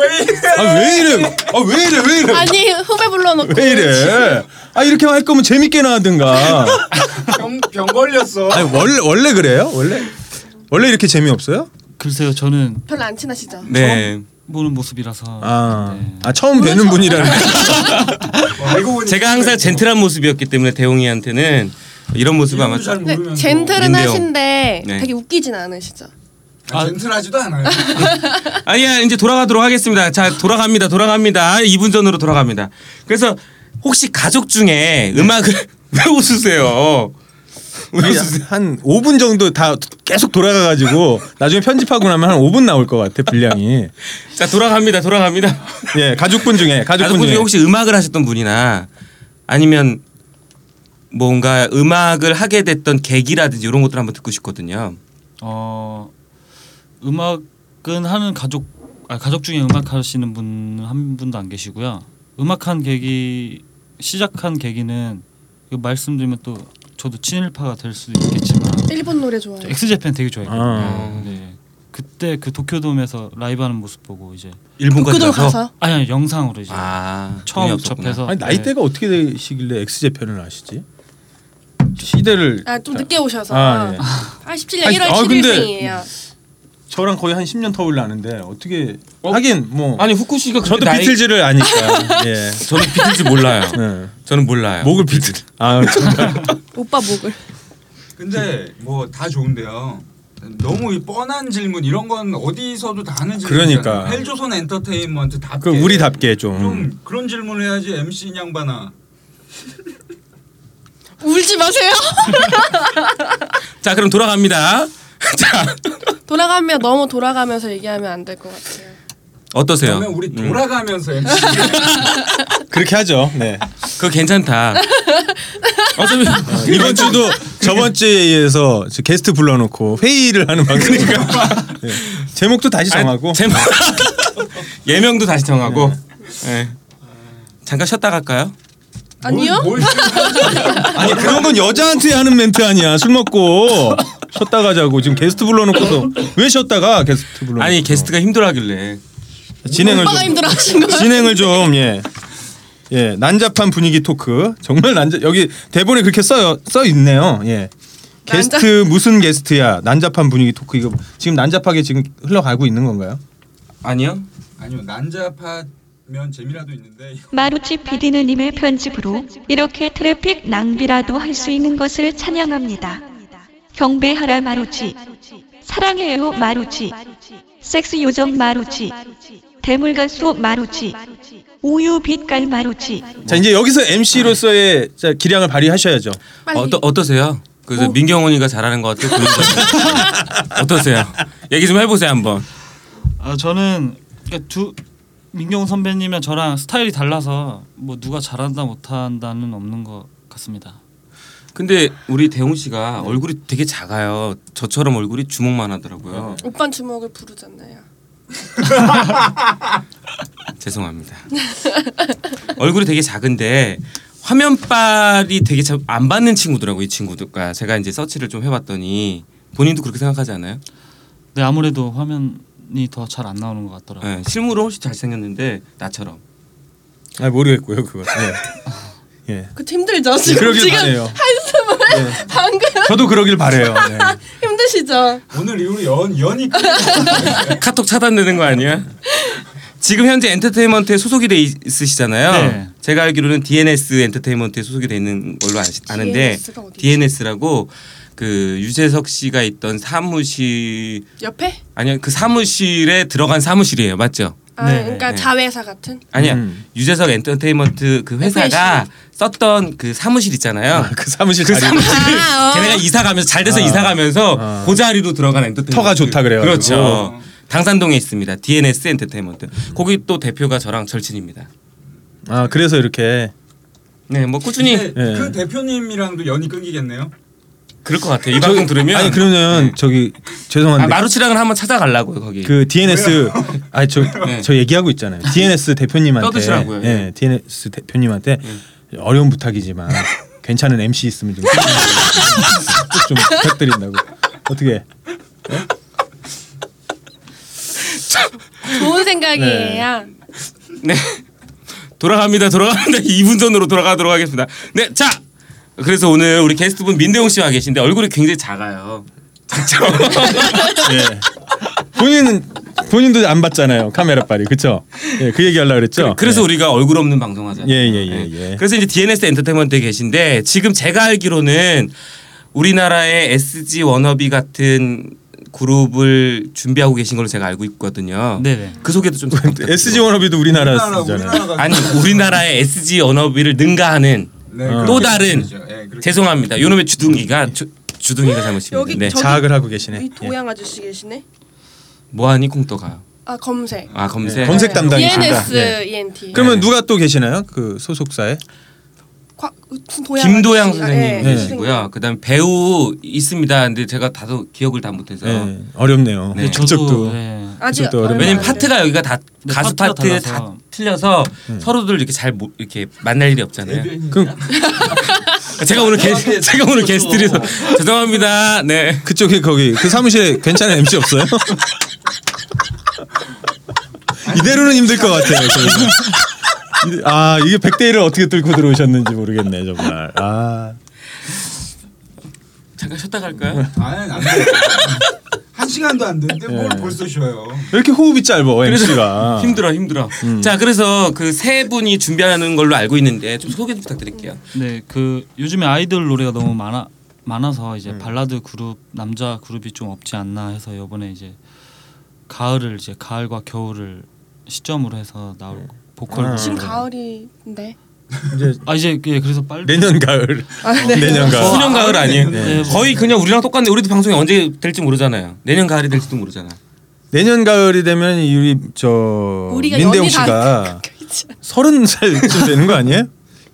[SPEAKER 7] 아 왜 이래? 아 왜 이래? 왜 이래?
[SPEAKER 4] 아니 후배 불러놓고
[SPEAKER 7] 왜 이래? 아 이렇게 할 거면 재밌게 나든가.
[SPEAKER 8] 병, 병 걸렸어.
[SPEAKER 7] 아니 원래 원래 그래요? 원래 원래 이렇게 재미 없어요?
[SPEAKER 6] 글쎄요 저는
[SPEAKER 4] 별로 안 친하시죠?
[SPEAKER 2] 네.
[SPEAKER 6] 보는 모습이라서
[SPEAKER 7] 아,
[SPEAKER 6] 네.
[SPEAKER 7] 아 처음 뵈는 분이라는. (laughs)
[SPEAKER 8] 와, 알고 보니
[SPEAKER 2] 제가 항상 젠틀한 모습이었기 때문에 대웅이한테는 이런 모습 아마
[SPEAKER 8] 이름도 잘
[SPEAKER 4] 근데
[SPEAKER 8] 모르면서
[SPEAKER 4] 젠틀은
[SPEAKER 2] 민대요.
[SPEAKER 4] 하신데
[SPEAKER 2] 네.
[SPEAKER 4] 되게 웃기진 않으시죠?
[SPEAKER 8] 아, 젠틀하지도 않아요.
[SPEAKER 2] 아니야 예, 이제 돌아가도록 하겠습니다. 자 돌아갑니다. 돌아갑니다. 2분 전으로 돌아갑니다.
[SPEAKER 7] 네.
[SPEAKER 2] (laughs) 그래서 혹시 가족 중에 음악을 왜 웃으세요?
[SPEAKER 7] 한 5분 정도 다 계속 돌아가가지고 나중에 편집하고 나면 한 5분 나올 것 같아 분량이.
[SPEAKER 2] 자 돌아갑니다 돌아갑니다
[SPEAKER 7] 예 가족분 중에 가족분
[SPEAKER 2] 가족분 중에
[SPEAKER 7] 중에
[SPEAKER 2] 혹시 음악을 하셨던 분이나 아니면 뭔가 음악을 하게 됐던 계기라든지 이런 것들 한번 듣고 싶거든요
[SPEAKER 6] 어 음악은 하는 가족 아 가족 중에 음악 하시는 분 한 분도 안 계시고요. 음악한 계기 시작한 계기는 이거 말씀드리면 또 저도 친일파가 될 수도 있겠지만
[SPEAKER 4] 일본 노래 좋아해요.
[SPEAKER 6] 엑스제팬 되게 좋아했거든요.
[SPEAKER 7] 아.
[SPEAKER 6] 네. 그때 그 도쿄돔에서 라이브하는 모습 보고 이제
[SPEAKER 2] 일본까지
[SPEAKER 4] 도쿄도
[SPEAKER 2] 그, 가서
[SPEAKER 4] 가서
[SPEAKER 6] 아니 아니 영상으로 이제
[SPEAKER 2] 아 돈이
[SPEAKER 6] 처음
[SPEAKER 2] 없었구나.
[SPEAKER 6] 접해서
[SPEAKER 7] 아니 나이대가 어떻게 되시길래 엑스제 편을 아시지? 시대를
[SPEAKER 4] 아 좀 늦게 오셔서
[SPEAKER 7] 아, 예.
[SPEAKER 4] 87년
[SPEAKER 7] 아니,
[SPEAKER 4] 1월
[SPEAKER 7] 아, 근데-
[SPEAKER 4] 7일생이에요.
[SPEAKER 7] 저랑 거의 한 10년 터울 나는데 어떻게 하긴 뭐
[SPEAKER 2] 아니 후쿠 씨가
[SPEAKER 7] 저도
[SPEAKER 2] 그렇게 나이-
[SPEAKER 7] 비틀즈를 (laughs) 아니까 예.
[SPEAKER 2] 저는 비틀즈 몰라요
[SPEAKER 7] 네.
[SPEAKER 2] 저는 몰라요
[SPEAKER 7] 목을 비틀 (laughs) 아 정말
[SPEAKER 4] 오빠 목을.
[SPEAKER 8] 근데 뭐 다 좋은데요. 너무 이 뻔한 질문 이런 건 어디서도 다 하는 질문.
[SPEAKER 7] 그러니까.
[SPEAKER 8] 헬조선 엔터테인먼트 답게.
[SPEAKER 7] 그 우리답게 음. 좀,
[SPEAKER 8] 좀 그런 질문을 해야지 MC 양반아.
[SPEAKER 4] 울지 마세요.
[SPEAKER 2] 자 그럼 돌아갑니다 (laughs) 자
[SPEAKER 4] 돌아가면 너무 돌아가면서 얘기하면 안 될 것 같아요.
[SPEAKER 2] 어떠세요
[SPEAKER 8] 그러면 우리
[SPEAKER 2] 음.
[SPEAKER 8] 돌아가면서 MC.
[SPEAKER 7] 그렇게 하죠. (laughs) 네.
[SPEAKER 2] 그거 괜찮다 아, 어차피
[SPEAKER 7] 이번 주도 저번 주에서 게스트 불러놓고 회의를 하는 (laughs) 방송이니까 네. 제목도 다시 정하고
[SPEAKER 2] 아, 제목 (laughs) 예명도 다시 정하고 예. 잠깐 쉬었다 갈까요?
[SPEAKER 4] 아니요?
[SPEAKER 8] 뭘, 뭘
[SPEAKER 7] 아니 그런 건 여자한테 하는 멘트 아니야 술 (laughs) 먹고 쉬었다 가자고 지금 게스트 불러놓고서 왜 쉬었다가 게스트 불러
[SPEAKER 2] 아니 게스트가 힘들어하길래
[SPEAKER 7] 진행을
[SPEAKER 4] 오빠가
[SPEAKER 7] 좀
[SPEAKER 4] 힘들어하신 거예요.
[SPEAKER 7] 진행을 좀예 예, 난잡한 분위기 토크 정말 난잡 여기 대본에 그렇게 써요 써 있네요 예
[SPEAKER 4] 난잡-
[SPEAKER 7] 게스트 무슨 게스트야 난잡한 분위기 토크 이거 지금 난잡하게 지금 흘러가고 있는 건가요?
[SPEAKER 2] 아니요
[SPEAKER 8] 아니요 난잡하면 재미라도 있는데
[SPEAKER 1] 마루치 PD는 님의 편집으로 이렇게 트래픽 낭비라도 할 수 있는 것을 찬양합니다. 경배하라 마루치. 사랑해요 마루치. 섹스 요정 마루치. 대물간수 마루치. 우유 빛깔 마루치.
[SPEAKER 7] 자 이제 여기서 MC로서의 자, 기량을 발휘하셔야죠.
[SPEAKER 4] 빨리.
[SPEAKER 2] 어떠 어떠세요? 그래서 민경훈이가 잘하는 것 같아요. 보여주세요. 어떠세요? 얘기 좀 해보세요 한번.
[SPEAKER 6] 아 저는 그러니까 두 민경 선배님이랑 저랑 스타일이 달라서 뭐 누가 잘한다 못한다는 없는 것 같습니다.
[SPEAKER 2] 근데 우리 대웅 씨가 얼굴이 되게 작아요. 저처럼 얼굴이 주먹만 하더라고요.
[SPEAKER 4] 오빤 주먹을 부르잖아요.
[SPEAKER 2] 네. 죄송합니다. 얼굴이 되게 작은데 화면빨이 되게 참 안 받는 친구더라고 이 친구들과 제가 이제 서치를 좀 해봤더니 본인도 그렇게 생각하지 않아요?
[SPEAKER 6] 근데 네, 아무래도 화면이 더 잘 안 나오는 것 같더라고요.
[SPEAKER 2] 네, 실물은 훨씬 잘생겼는데 나처럼.
[SPEAKER 7] 아 모르겠고요 그거. 예. 예.
[SPEAKER 4] 그때 힘들죠 지금.
[SPEAKER 7] 그러길
[SPEAKER 4] 지금
[SPEAKER 7] 바래요.
[SPEAKER 4] 한숨을
[SPEAKER 7] 예.
[SPEAKER 4] (laughs) 방금
[SPEAKER 7] 저도 그러길 바래요. 네.
[SPEAKER 4] 힘드시죠?
[SPEAKER 8] (laughs) 오늘 이후로 연 연이 끊
[SPEAKER 2] 카톡 차단되는 거 아니야? 지금 현재 엔터테인먼트에 소속이 돼 있- 있으시잖아요.
[SPEAKER 6] 네.
[SPEAKER 2] 제가 알기로는 DNS 엔터테인먼트에 소속이 돼 있는 걸로 아시, 아는데
[SPEAKER 4] DNS 가 어디지?
[SPEAKER 2] DNS라고 그 유재석 씨가 있던 사무실
[SPEAKER 4] 옆에?
[SPEAKER 2] 아니요 그 사무실에 들어간 사무실이에요 맞죠?
[SPEAKER 4] 아
[SPEAKER 6] 네,
[SPEAKER 4] 그러니까
[SPEAKER 2] 네.
[SPEAKER 4] 자회사 같은.
[SPEAKER 2] 아니야
[SPEAKER 7] 음.
[SPEAKER 2] 유재석 엔터테인먼트 그 회사가 썼던 그 사무실 있잖아요.
[SPEAKER 7] 그 사무실
[SPEAKER 2] 그
[SPEAKER 7] 자리.
[SPEAKER 2] 사무실을
[SPEAKER 4] 아, 어.
[SPEAKER 2] 걔네가 이사 가면서 잘 돼서
[SPEAKER 7] 아.
[SPEAKER 2] 이사 가면서 그
[SPEAKER 7] 아.
[SPEAKER 2] 고자리로 들어간 엔터테인먼트
[SPEAKER 7] 터가 좋다 그래가지고. 어.
[SPEAKER 2] 그렇죠. 당산동에 있습니다. DNS 엔터테인먼트. 거기 또 대표가 저랑 절친입니다.
[SPEAKER 7] 아 그래서 이렇게
[SPEAKER 2] 네, 뭐 꾸준히
[SPEAKER 7] 예.
[SPEAKER 8] 그 대표님이랑도 연이 끊기겠네요.
[SPEAKER 2] 그럴 것 같아요. 이 방송 들으면
[SPEAKER 7] 아니
[SPEAKER 8] 네.
[SPEAKER 7] 네. 그러면 저기
[SPEAKER 2] 아,
[SPEAKER 7] 죄송한데
[SPEAKER 2] 마루치랑을 한번 찾아가려고요 거기.
[SPEAKER 7] 그 DNS (laughs) 아저저
[SPEAKER 2] 네.
[SPEAKER 7] 얘기하고 있잖아요. DNS 대표님한테
[SPEAKER 2] 떠드시라고요,
[SPEAKER 7] 예.
[SPEAKER 2] 예.
[SPEAKER 7] DNS 대표님한테 어려운 부탁이지만 괜찮은 MC 있으면 좀 부탁 좀 부탁드린다고. 어떻게? 예. 해? 네.
[SPEAKER 4] 좋은 생각이에요.
[SPEAKER 2] 네. 돌아갑니다. 돌아갑니다. (laughs) 2분 전으로 돌아가도록 하겠습니다. 네, 자. 그래서 오늘 우리 게스트분 민대용 씨와 계신데 얼굴이 굉장히 작아요. 작죠?
[SPEAKER 7] 예. 본인은 본인도 안 봤잖아요 카메라 빨이 그쵸? 예, 그 얘기 하려 그랬죠.
[SPEAKER 2] (laughs) 그래서
[SPEAKER 7] 예.
[SPEAKER 2] 우리가 얼굴 없는 방송하잖아요.
[SPEAKER 7] 예, 예, 예, 예.
[SPEAKER 2] 그래서 이제 DNS 엔터테인먼트에 계신데 지금 제가 알기로는 우리나라의 SG 워너비 같은 그룹을 준비하고 계신 걸로 제가 알고 있거든요.
[SPEAKER 6] 네네.
[SPEAKER 2] 그 소개도 좀 부탁드립니다.
[SPEAKER 7] SG 워너비도 우리나라 쓰잖아요.
[SPEAKER 8] 우리나라가
[SPEAKER 2] 아니 우리나라의 SG 워너비를 능가하는
[SPEAKER 8] 네,
[SPEAKER 2] 또
[SPEAKER 8] 그렇게
[SPEAKER 7] 어.
[SPEAKER 2] 다른
[SPEAKER 8] 되죠. 예, 그렇게
[SPEAKER 2] 죄송합니다. 요놈의 주둥이가 주, 주둥이가 잘못입니다.
[SPEAKER 4] 여기
[SPEAKER 2] 네.
[SPEAKER 4] 저-
[SPEAKER 7] 자학을 하고 계시네.
[SPEAKER 4] 이
[SPEAKER 7] 예.
[SPEAKER 4] 동양 아저씨 계시네.
[SPEAKER 2] 뭐하니 콩떡아.
[SPEAKER 4] 아 검색. E
[SPEAKER 2] 아 검색.
[SPEAKER 7] 검색 담당이신가?
[SPEAKER 4] ENS
[SPEAKER 7] 네.
[SPEAKER 4] ENT.
[SPEAKER 7] 그러면 누가 또 계시나요? 그 소속사에
[SPEAKER 4] 과, 동양
[SPEAKER 2] 김도양
[SPEAKER 4] 아저씨가, 예,
[SPEAKER 2] 선생님
[SPEAKER 7] 네.
[SPEAKER 2] 계시고요. 그다음 배우 있습니다. 근데 제가 다도 기억을 다 못해서.
[SPEAKER 7] 네. 어렵네요.
[SPEAKER 2] 어. 네.
[SPEAKER 7] 그쪽도
[SPEAKER 6] 네.
[SPEAKER 4] 아직
[SPEAKER 7] 그쪽도 어렵네.
[SPEAKER 2] 왜냐면
[SPEAKER 4] 얼마 안
[SPEAKER 2] 파트가 여기가 다
[SPEAKER 6] 네,
[SPEAKER 2] 가수
[SPEAKER 6] 파트가
[SPEAKER 2] 파트 다
[SPEAKER 6] 달라서.
[SPEAKER 2] 틀려서 서로들 이렇게 잘 못 이렇게 만날 일이 없잖아요.
[SPEAKER 7] 그
[SPEAKER 2] 제가 오늘 게스트 제가 오늘 게스트라서 (laughs) 죄송합니다. 네.
[SPEAKER 7] 그쪽에 거기 그 사무실에 괜찮은 MC 없어요? (laughs) 이대로는 힘들 것 같아요. 저희는. 이대- 아 이게 100대 1을 어떻게 뚫고 들어오셨는지 모르겠네 정말. 아
[SPEAKER 2] 잠깐 쉬었다 갈까요?
[SPEAKER 8] 아니 안 돼. 한 시간도 안 되는데 뭘
[SPEAKER 7] 예.
[SPEAKER 8] 벌써 쉬어요.
[SPEAKER 7] 왜 이렇게 호흡이 짧아 MC가.
[SPEAKER 2] 힘들어 힘들어. 자 그래서 그 세 분이 준비하는 걸로 알고 있는데 좀 소개 좀 부탁드릴게요.
[SPEAKER 6] 네, 그 요즘에 아이돌 노래가 너무 많아 많아서
[SPEAKER 7] 음.
[SPEAKER 6] 이제 발라드 그룹 남자 그룹이 좀 없지 않나 해서 이번에 이제 가을을 이제 가을과 겨울을 시점으로 해서 나올 보컬
[SPEAKER 7] 아.
[SPEAKER 6] 그룹.
[SPEAKER 4] 지금 가을인데.
[SPEAKER 7] 이제
[SPEAKER 6] 아 이제 예 그래서 빨리
[SPEAKER 7] 내년 가을.
[SPEAKER 4] 아, 네.
[SPEAKER 7] 내년 가을.
[SPEAKER 2] 뭐 수년 가을 아니에요?
[SPEAKER 7] 그러니까
[SPEAKER 2] 뭐.
[SPEAKER 7] 네.
[SPEAKER 2] 거의 그냥 우리랑 똑같네. 우리도 방송이 언제 될지 모르잖아요. 내년 가을이 될지도 모르잖아.
[SPEAKER 7] 내년 가을이 되면 우리 저
[SPEAKER 4] 우리가
[SPEAKER 7] 민대웅
[SPEAKER 4] 연이 다 (laughs) 그렇죠.
[SPEAKER 7] 씨가 서른 살쯤 되는 거
[SPEAKER 2] 네.
[SPEAKER 7] 아니에요?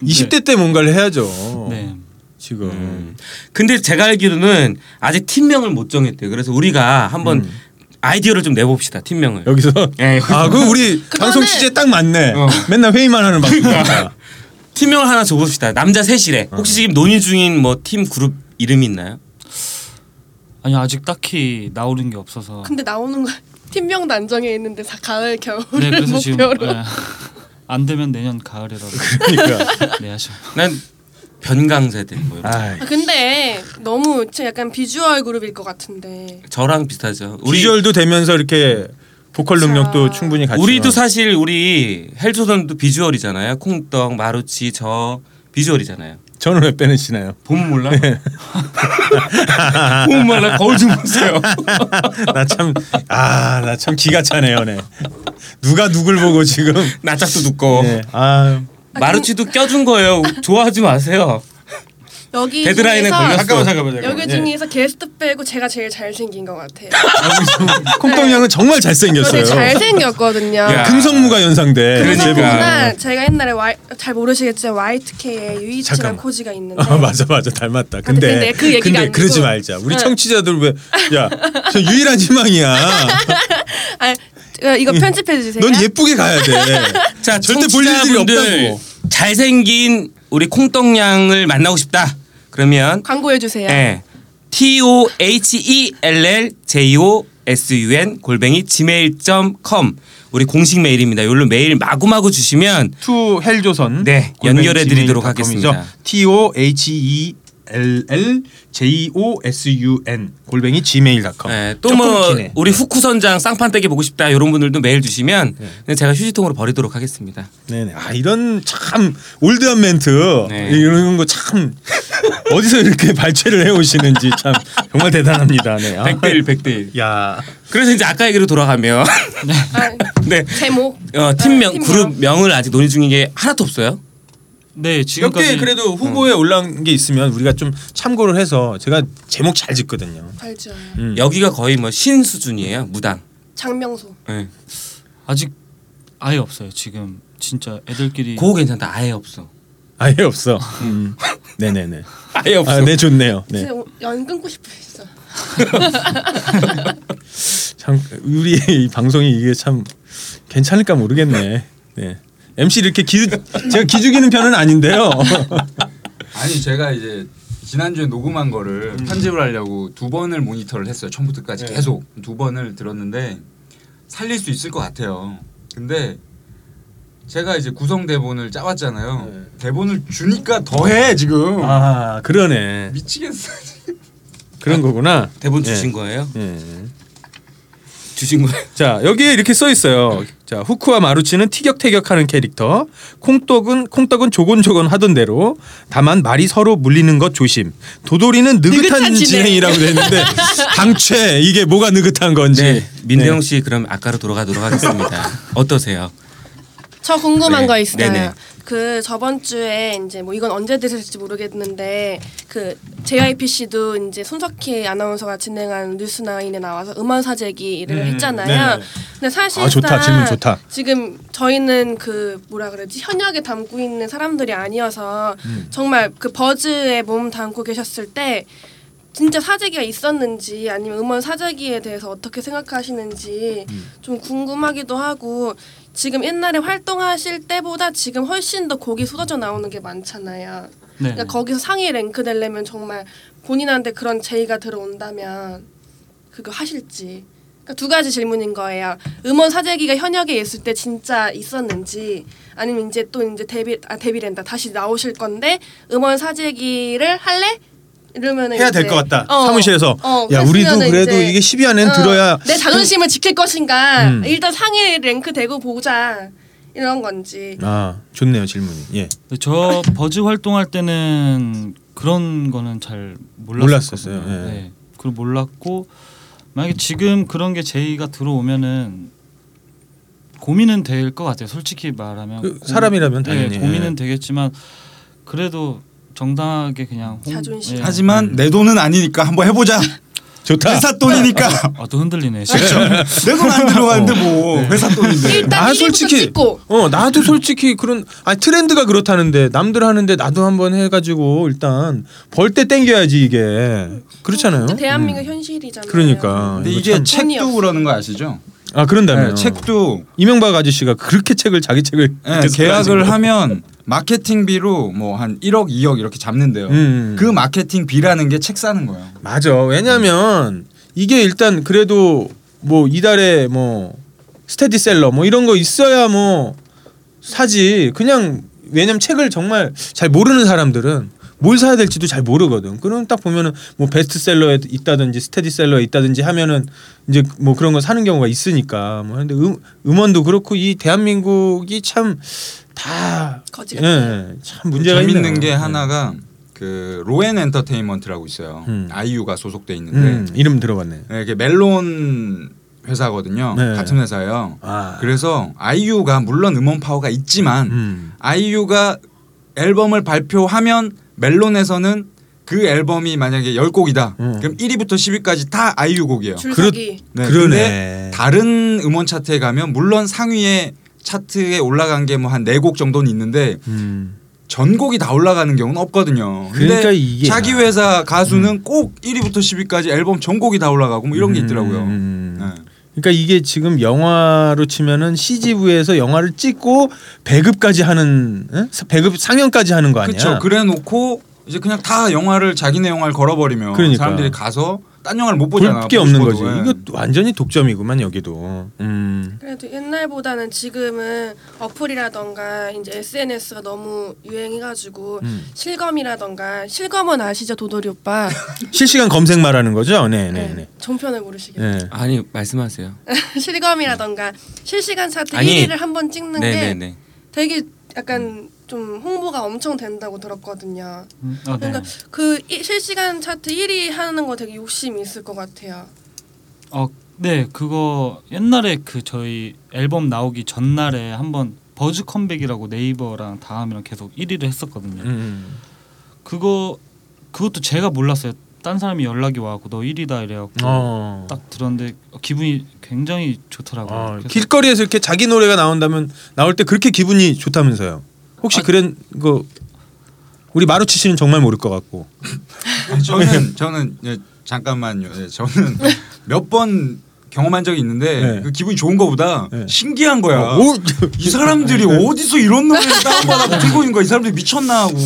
[SPEAKER 7] 20대 때 뭔가를 해야죠.
[SPEAKER 6] 네.
[SPEAKER 7] 지금
[SPEAKER 2] 음. 근데 제가 알기로는 아직 팀명을 못 정했대요. 그래서 우리가 한번 아이디어를 좀 내봅시다. 팀명을.
[SPEAKER 7] 음. 여기서
[SPEAKER 2] 예, 여기서.
[SPEAKER 7] 아 그 우리 방송 취재 딱 맞네.
[SPEAKER 2] 어.
[SPEAKER 7] 맨날 회의만 하는
[SPEAKER 2] 그러니까.
[SPEAKER 7] 방송이니까.
[SPEAKER 2] 팀명을 하나 줘봅시다. 남자 셋이래.
[SPEAKER 7] 어.
[SPEAKER 2] 혹시 지금 논의 중인 뭐 팀 그룹 이름이 있나요?
[SPEAKER 6] 아니 아직 딱히 나오는 게 없어서.
[SPEAKER 4] 근데 나오는 거 (laughs) 팀명도 안 정해 있는데 다 가을 겨울을
[SPEAKER 6] 네, 그래서 지금
[SPEAKER 4] 목표로.
[SPEAKER 6] 예. 안 되면 내년 가을이라고.
[SPEAKER 7] 그러니까
[SPEAKER 6] 네, 하죠.
[SPEAKER 2] 난 변강세대 뭐 이런.
[SPEAKER 7] (laughs) 아,
[SPEAKER 4] 아, 근데 너무 진짜 약간 비주얼 그룹일 것 같은데.
[SPEAKER 2] 저랑 비슷하죠. 우리
[SPEAKER 7] 비주얼도 되면서 이렇게 보컬 능력도
[SPEAKER 4] 자.
[SPEAKER 7] 충분히 갖추
[SPEAKER 2] 우리도 사실 우리 헬조선도 비주얼이잖아요. 콩떡, 마루치, 저 비주얼이잖아요.
[SPEAKER 7] 어, 저는 왜 빼내시나요? 네.
[SPEAKER 2] 봄 몰라?
[SPEAKER 7] (laughs)
[SPEAKER 2] 아. 봄 몰라? 거울 좀 보세요. (laughs)
[SPEAKER 7] 나참아나 참 기가 차네요, 네. 누가 누굴 보고 지금?
[SPEAKER 2] 나 짝도 두꺼워.
[SPEAKER 7] 네. 아
[SPEAKER 2] 마루치도 껴준 거예요. 좋아하지 마세요.
[SPEAKER 4] 여기
[SPEAKER 2] 데드라인에
[SPEAKER 4] 중에서
[SPEAKER 2] 걸렸어.
[SPEAKER 7] 잠깐만 잠깐만 잠깐만.
[SPEAKER 4] 여기
[SPEAKER 7] 예.
[SPEAKER 4] 중에서 게스트 빼고 제가 제일 잘생긴 것
[SPEAKER 7] (laughs)
[SPEAKER 4] 같아요.
[SPEAKER 7] 콩떡 양은 정말
[SPEAKER 4] 저 되게
[SPEAKER 7] 네. 잘생겼어요. 네.
[SPEAKER 4] 잘생겼거든요.
[SPEAKER 2] 야.
[SPEAKER 7] 금성무가 연상돼. 네.
[SPEAKER 2] 그러니까.
[SPEAKER 7] 제목이.
[SPEAKER 4] 그러나 제가 옛날에 Y 잘 모르시겠지만 YTK의 유이치랑
[SPEAKER 7] 잠깐만.
[SPEAKER 4] 코지가 있는데
[SPEAKER 7] 아 맞아 맞아 닮았다. 근데
[SPEAKER 4] 근데 그 얘기가 아니고.
[SPEAKER 7] 그러지 말자. 우리 청취자들 왜 야 저 유일한 (laughs) 희망이야.
[SPEAKER 4] 아, 어, 이거 편집해 주세요.
[SPEAKER 7] 예. 넌 예쁘게 가야 (laughs) 돼.
[SPEAKER 2] 자,
[SPEAKER 7] 절대 볼 일들이
[SPEAKER 2] 청취자분들,
[SPEAKER 7] 없다고.
[SPEAKER 2] 잘생긴 우리 콩떡냥을 만나고 싶다. 그러면
[SPEAKER 4] 광고해 주세요.
[SPEAKER 2] 예. T O H E L L J O S U N 골뱅이 gmail.com 우리 공식 메일입니다. 요로 메일 마구마구 주시면
[SPEAKER 7] 투 헬조선
[SPEAKER 2] 네, 연결해드리도록 하겠습니다.
[SPEAKER 7] T O H E L L J O S U N 골뱅이 gmail.com.
[SPEAKER 2] 또 뭐
[SPEAKER 7] 네.
[SPEAKER 2] 우리 후쿠 선장 쌍판 떼기 보고 싶다 이런 분들도 메일 주시면
[SPEAKER 7] 네.
[SPEAKER 2] 그냥 제가 휴지통으로 버리도록 하겠습니다.
[SPEAKER 7] 네네. 아 이런 참 올드한 멘트
[SPEAKER 2] 네.
[SPEAKER 7] 이런 거 참 (laughs) 어디서 이렇게 발췌를 해오시는지 참 정말 대단합니다. 네. 아,
[SPEAKER 2] 100대1 100대1.
[SPEAKER 7] 야.
[SPEAKER 2] 그래서 이제 아까 얘기로 돌아가면 (laughs)
[SPEAKER 4] 아,
[SPEAKER 2] 네.
[SPEAKER 4] 제목
[SPEAKER 2] 어, 팀명
[SPEAKER 4] 네, 팀명.
[SPEAKER 2] 그룹 명을 아직 논의 중인 게 하나도 없어요.
[SPEAKER 6] 네,
[SPEAKER 7] 몇
[SPEAKER 6] 지금까지
[SPEAKER 7] 개 그래도 후보에 올라온 게 있으면 우리가 좀 참고를 해서 제가 제목 잘 짓거든요.
[SPEAKER 4] 알죠.
[SPEAKER 7] 음.
[SPEAKER 2] 여기가 거의 뭐 신 수준이에요 무당.
[SPEAKER 4] 장명소.
[SPEAKER 2] 네.
[SPEAKER 6] 아직 아예 없어요. 지금 진짜 애들끼리
[SPEAKER 2] 그거 괜찮다. 아예 없어.
[SPEAKER 7] 아예 없어. 음. 네네네.
[SPEAKER 2] 아예 없어.
[SPEAKER 7] 아, 네 좋네요. 네.
[SPEAKER 4] 진짜 연 끊고 싶으시죠?
[SPEAKER 7] 참 우리 (laughs) 이 방송이 이게 참 괜찮을까 모르겠네. 네. MC 이렇게 기 제가 기죽이는 편은 아닌데요. (laughs)
[SPEAKER 8] 아니 제가 이제 지난주에 녹음한 거를 편집을 하려고 두 번을 모니터를 했어요. 처음부터 끝까지
[SPEAKER 7] 네.
[SPEAKER 8] 계속 두 번을 들었는데 살릴 수 있을 것 같아요. 근데 제가 이제 구성 대본을 짜왔잖아요.
[SPEAKER 7] 네.
[SPEAKER 8] 대본을 주니까 더해 지금
[SPEAKER 7] 아 그러네.
[SPEAKER 8] 미치겠어.
[SPEAKER 3] 음.
[SPEAKER 8] 지금.
[SPEAKER 7] 그런 거구나.
[SPEAKER 2] 대본
[SPEAKER 7] 예.
[SPEAKER 2] 주신 거예요?
[SPEAKER 7] 예.
[SPEAKER 2] 주신 거예요?
[SPEAKER 7] 자 여기에 이렇게 써 있어요. 자 후크와 마루치는 티격태격하는 캐릭터, 콩떡은 콩떡은 조곤조곤 하던 대로 다만 말이 서로 물리는 것 조심. 도돌이는 느긋한,
[SPEAKER 4] 느긋한 진행.
[SPEAKER 7] 진행이라고 돼 있는데 당최 이게 뭐가 느긋한
[SPEAKER 2] (laughs)
[SPEAKER 7] 건지.
[SPEAKER 2] 네. 민대영 씨 그럼 아까로 돌아가도록 (laughs) 하겠습니다. 어떠세요?
[SPEAKER 4] 저 궁금한
[SPEAKER 2] 네.
[SPEAKER 4] 거 있어요.
[SPEAKER 2] 네네.
[SPEAKER 4] 그 저번 주에 이제 뭐 이건 언제 드실지 모르겠는데 그 JYPC도 이제 손석희 아나운서가 진행한 뉴스나인에 나와서 음원 사재기를
[SPEAKER 7] 음,
[SPEAKER 4] 했잖아요.
[SPEAKER 7] 네.
[SPEAKER 4] 근데 사실상
[SPEAKER 7] 아, 좋다. 질문 좋다.
[SPEAKER 4] 지금 저희는 그 뭐라 그러지 현역에 담고 있는 사람들이 아니어서
[SPEAKER 7] 음.
[SPEAKER 4] 정말 그 버즈에 몸 담고 계셨을 때 진짜 사재기가 있었는지 아니면 음원 사재기에 대해서 어떻게 생각하시는지
[SPEAKER 7] 음.
[SPEAKER 4] 좀 궁금하기도 하고 지금 옛날에 활동하실 때보다 지금 훨씬 더 곡이 쏟아져 나오는 게 많잖아요.
[SPEAKER 6] 네.
[SPEAKER 4] 그러니까 거기서 상위 랭크 되려면 정말 본인한테 그런 제의가 들어온다면 그거 하실지. 그러니까 두 가지 질문인 거예요. 음원 사재기가 현역에 있을 때 진짜 있었는지 아니면 이제 또 이제 데뷔 아 데뷔된다 다시 나오실 건데 음원 사재기를 할래? 이러면은
[SPEAKER 7] 해야 될
[SPEAKER 4] 이제-
[SPEAKER 7] 것 같다.
[SPEAKER 4] 어,
[SPEAKER 7] 사무실에서
[SPEAKER 4] 어,
[SPEAKER 7] 야 우리도
[SPEAKER 4] 그랬으면은
[SPEAKER 7] 그래도
[SPEAKER 4] 이제-
[SPEAKER 7] 이게 10위 안에는
[SPEAKER 4] 어,
[SPEAKER 7] 들어야
[SPEAKER 4] 내 자존심을 지킬 것인가
[SPEAKER 7] 음.
[SPEAKER 4] 일단 상위 랭크 되고 보자 이런 건지
[SPEAKER 7] 아 좋네요 질문이. 예
[SPEAKER 6] 근데 저 버즈 활동할 때는 그런 거는 잘 몰랐었어요.
[SPEAKER 7] 몰랐었어요. 예.
[SPEAKER 6] 네. 그걸 몰랐고 만약에 지금 그런 게 제의가 들어오면은 고민은 될 것 같아요. 솔직히 말하면
[SPEAKER 7] 그 사람이라면 당연히,
[SPEAKER 6] 네,
[SPEAKER 7] 예.
[SPEAKER 6] 고민은 되겠지만 그래도 정당하게 그냥 홍-
[SPEAKER 4] 자존심.
[SPEAKER 6] 예.
[SPEAKER 3] 하지만 내 돈은 아니니까 한번 (laughs) 해보자.
[SPEAKER 7] 좋다.
[SPEAKER 3] 회사 (laughs) 돈이니까
[SPEAKER 6] 아 또 흔들리네.
[SPEAKER 7] 그렇죠.
[SPEAKER 3] 내 돈 안 들어가는데 뭐 회사 돈인데.
[SPEAKER 4] 일단 1위부터 찍고
[SPEAKER 7] 어 나도 솔직히 그런 아니 트렌드가 그렇다는데 남들 하는데 나도 한번 해가지고 일단 벌 때 땡겨야지 이게 그렇잖아요.
[SPEAKER 4] 대한민국
[SPEAKER 7] 음.
[SPEAKER 4] 현실이잖아요.
[SPEAKER 7] 그러니까
[SPEAKER 3] 근데
[SPEAKER 7] 이거
[SPEAKER 3] 이게
[SPEAKER 7] 참-
[SPEAKER 4] 돈이
[SPEAKER 3] 책도
[SPEAKER 4] 없어.
[SPEAKER 3] 그러는 거 아시죠?
[SPEAKER 7] 아
[SPEAKER 3] 네,
[SPEAKER 7] 그런다면
[SPEAKER 3] 책도
[SPEAKER 7] 이명박 아저씨가 그렇게 책을 자기 책을
[SPEAKER 3] 예,
[SPEAKER 7] 계속
[SPEAKER 3] 계약을
[SPEAKER 7] 가지고.
[SPEAKER 3] 하면 마케팅비로 뭐 한 1억, 2억 이렇게 잡는데요.
[SPEAKER 7] 음.
[SPEAKER 3] 그 마케팅비라는 게 책 사는 거예요.
[SPEAKER 7] 맞아. 왜냐면 이게 일단 그래도 뭐 이달에 뭐 스테디셀러 뭐 이런 거 있어야 뭐 사지. 그냥 왜냐면 책을 정말 잘 모르는 사람들은 뭘 사야 될지도 잘 모르거든. 그럼 딱 보면은 뭐 베스트셀러에 있다든지 스테디셀러에 있다든지 하면은 이제 뭐 그런 거 사는 경우가 있으니까 뭐 근데 음, 음원도 그렇고 이 대한민국이 참다
[SPEAKER 4] 거지
[SPEAKER 7] 예,
[SPEAKER 4] 같아요.
[SPEAKER 7] 예, 참 문제가
[SPEAKER 3] 재밌는
[SPEAKER 7] 있네요.
[SPEAKER 3] 게
[SPEAKER 7] 예.
[SPEAKER 3] 하나가 그 로엔 엔터테인먼트라고 있어요.
[SPEAKER 7] 음.
[SPEAKER 3] 아이유가 소속돼 있는데
[SPEAKER 7] 음, 이름 들어봤네.
[SPEAKER 3] 네, 이게 멜론 회사거든요.
[SPEAKER 7] 네.
[SPEAKER 3] 같은 회사예요.
[SPEAKER 7] 아.
[SPEAKER 3] 그래서 아이유가 물론 음원 파워가 있지만
[SPEAKER 7] 음.
[SPEAKER 3] 아이유가 앨범을 발표하면 멜론에서는 그 앨범이 만약에 10곡이다.
[SPEAKER 7] 음.
[SPEAKER 3] 그럼 1위부터 10위까지 다 아이유 곡이에요.
[SPEAKER 4] 줄서기
[SPEAKER 3] 네,
[SPEAKER 7] 그러네.
[SPEAKER 3] 근데 다른 음원 차트에 가면 물론 상위에 차트에 올라간 게 뭐 한 네 곡 정도는 있는데
[SPEAKER 7] 음.
[SPEAKER 3] 전곡이 다 올라가는 경우는 없거든요. 근데
[SPEAKER 7] 그러니까 이게 음.
[SPEAKER 3] 자기 회사 가수는 꼭 1위부터 10위까지 앨범 전곡이 다 올라가고 뭐 이런 게 있더라고요.
[SPEAKER 7] 음.
[SPEAKER 3] 네.
[SPEAKER 7] 그러니까 이게 지금 영화로 치면은 CGV에서 영화를 찍고 배급까지 하는 응? 사- 배급 상영까지 하는 거 아니야?
[SPEAKER 3] 그렇죠. 그래 놓고 이제 그냥 다 영화를 자기네 영화를 걸어버리면
[SPEAKER 7] 그러니까.
[SPEAKER 3] 사람들이 가서 딴 영화를 못 보잖아.
[SPEAKER 7] 볼게
[SPEAKER 3] 보고
[SPEAKER 7] 없는 거지.
[SPEAKER 3] 싶어도. 예.
[SPEAKER 7] 이거 완전히 독점이구만 여기도. 음.
[SPEAKER 4] 그래도 옛날보다는 지금은 어플이라던가 이제 SNS가 너무 유행해가지고
[SPEAKER 7] 음.
[SPEAKER 4] 실검이라던가 실검은 아시죠
[SPEAKER 2] (laughs)
[SPEAKER 4] 도돌이 오빠
[SPEAKER 7] 실시간 검색 말하는 거죠? 네, 네, 네.
[SPEAKER 4] 종편을 모르시겠죠
[SPEAKER 7] 네.
[SPEAKER 2] 아니 말씀하세요.
[SPEAKER 4] (laughs) 실검이라던가 실시간 차트
[SPEAKER 2] 네. 아니.
[SPEAKER 4] 1위를 한 번 찍는 게
[SPEAKER 2] 네네네. 음.
[SPEAKER 4] 되게 약간 좀 홍보가 엄청 된다고 들었거든요
[SPEAKER 6] 음, 아, 네.
[SPEAKER 4] 그러니까 그 이- 실시간 차트 1위 하는 거 되게 욕심이 있을 것 같아요
[SPEAKER 6] 어, 네 그거 옛날에 그 저희 앨범 나오기 전날에 한번 버즈 컴백이라고 네이버랑 다음이랑 계속 1위를 했었거든요.
[SPEAKER 7] 음.
[SPEAKER 6] 그거 그것도 제가 몰랐어요. 딴 사람이 연락이 와갖고 너 1위다 이래갖고
[SPEAKER 7] 어.
[SPEAKER 6] 딱 들었는데 기분이 굉장히 좋더라고요.
[SPEAKER 7] 어,
[SPEAKER 6] 그래서
[SPEAKER 7] 길거리에서 이렇게 자기 노래가 나온다면 나올 때 그렇게 기분이 좋다면서요. 혹시
[SPEAKER 6] 아.
[SPEAKER 7] 그런 거 우리 마루치 씨는 정말 모를 것 같고. 네.
[SPEAKER 3] 저는 저는 예, 잠깐만요. 예, 저는 몇 번 경험한 적이 있는데
[SPEAKER 7] 네.
[SPEAKER 3] 그 기분이 좋은 거보다
[SPEAKER 7] 네.
[SPEAKER 3] 신기한 거야.
[SPEAKER 7] 어, 네. 오,
[SPEAKER 3] 이 사람들이 어디서 이런 노래를 다운받아 들고 있는 거야. 이 사람들이 미쳤나 하고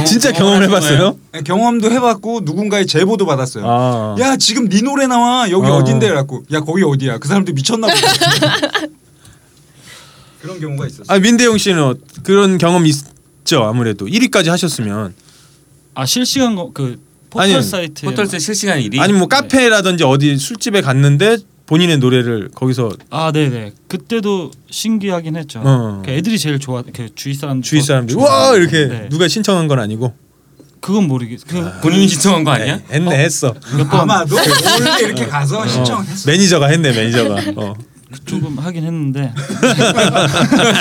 [SPEAKER 3] 예.
[SPEAKER 7] 진짜 경험을 해봤어요?
[SPEAKER 3] 예, 경험도 해봤고 누군가의 제보도 받았어요.
[SPEAKER 7] 아.
[SPEAKER 3] 야 지금 네 노래 나와 여기
[SPEAKER 7] 어.
[SPEAKER 3] 어딘데? 라고 야 거기 어디야? 그 사람들 미쳤나 보다. 그런 경우가 있었어.
[SPEAKER 7] 아 민대용 씨는 어- 그런 경험 있죠 아무래도 1위까지 하셨으면
[SPEAKER 6] 아 실시간 거, 그 포털
[SPEAKER 7] 아니,
[SPEAKER 6] 사이트
[SPEAKER 2] 포털세 실시간 1위.
[SPEAKER 7] 아니
[SPEAKER 3] 네.
[SPEAKER 7] 뭐 카페라든지 어디 술집에 갔는데 본인의 노래를 거기서
[SPEAKER 6] 아 네네 그때도 신기하긴 했죠.
[SPEAKER 7] 어.
[SPEAKER 6] 그 애들이 제일 좋아 그 주위 사람
[SPEAKER 7] 주위 사람들이
[SPEAKER 3] 어,
[SPEAKER 7] 와 이렇게
[SPEAKER 3] 네.
[SPEAKER 7] 아. 누가 신청한 건 아니고
[SPEAKER 6] 그건 모르겠. 그
[SPEAKER 2] 본인이 신청한 거 아니야?
[SPEAKER 7] 네, 했네 했어
[SPEAKER 6] 몇번
[SPEAKER 3] 아마도 원래 이렇게 가서 신청했어.
[SPEAKER 7] 매니저가 했네 매니저가 어.
[SPEAKER 6] 조금 하긴 했는데 (laughs)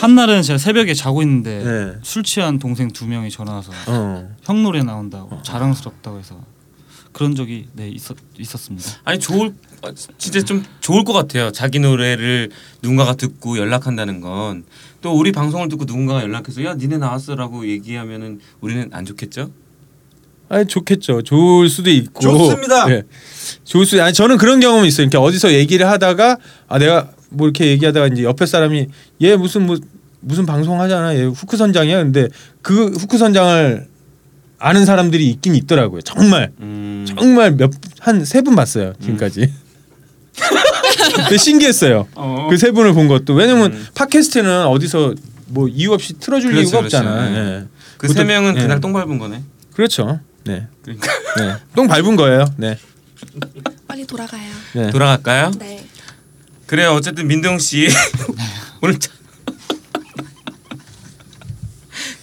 [SPEAKER 6] 한 날은 제가 새벽에 자고 있는데
[SPEAKER 7] 네.
[SPEAKER 6] 술 취한 동생 두 명이 전화 와서
[SPEAKER 7] 어.
[SPEAKER 6] 형 노래 나온다고 자랑스럽다고 해서 그런 적이 네 있었 있었습니다.
[SPEAKER 2] 아니 좋을 아, 진짜 좀 좋을 것 같아요. 자기 노래를 누군가가 듣고 연락한다는 건 또 우리 방송을 듣고 누군가가 연락해서 야 니네 나왔어라고 얘기하면은 우리는 안 좋겠죠?
[SPEAKER 7] 아니 좋겠죠. 좋을 수도 있고.
[SPEAKER 3] 좋습니다.
[SPEAKER 7] 예. 좋을 수. 아니 저는 그런 경험이 있어요. 이렇게 어디서 얘기를 하다가 아 내가 뭐 이렇게 얘기하다가 이제 옆에 사람이 얘 무슨 뭐 무슨 방송 하잖아. 얘 후크 선장이야. 근데 그 후크 선장을 아는 사람들이 있긴 있더라고요. 정말
[SPEAKER 2] 음.
[SPEAKER 7] 정말 몇 한 세 분 봤어요 지금까지. (laughs) 근데 신기했어요.
[SPEAKER 2] 어. 음.
[SPEAKER 7] 그 세 분을 본 것도 왜냐면 팟캐스트는 어디서 뭐 이유 없이 틀어줄
[SPEAKER 2] 그렇죠,
[SPEAKER 7] 이유가
[SPEAKER 2] 그렇죠.
[SPEAKER 7] 없잖아.
[SPEAKER 2] 예.
[SPEAKER 7] 예.
[SPEAKER 2] 그 세
[SPEAKER 7] 보통-
[SPEAKER 2] 명은
[SPEAKER 7] 예.
[SPEAKER 2] 그날 똥 밟은 거네.
[SPEAKER 7] 그렇죠. 네.
[SPEAKER 2] 그러니까
[SPEAKER 7] 네. 똥 밟은 거예요. 네.
[SPEAKER 4] 빨리 돌아가요.
[SPEAKER 7] 네.
[SPEAKER 2] 돌아갈까요?
[SPEAKER 4] 네.
[SPEAKER 2] 그래요. 어쨌든 민동 씨 (laughs) 오늘 참-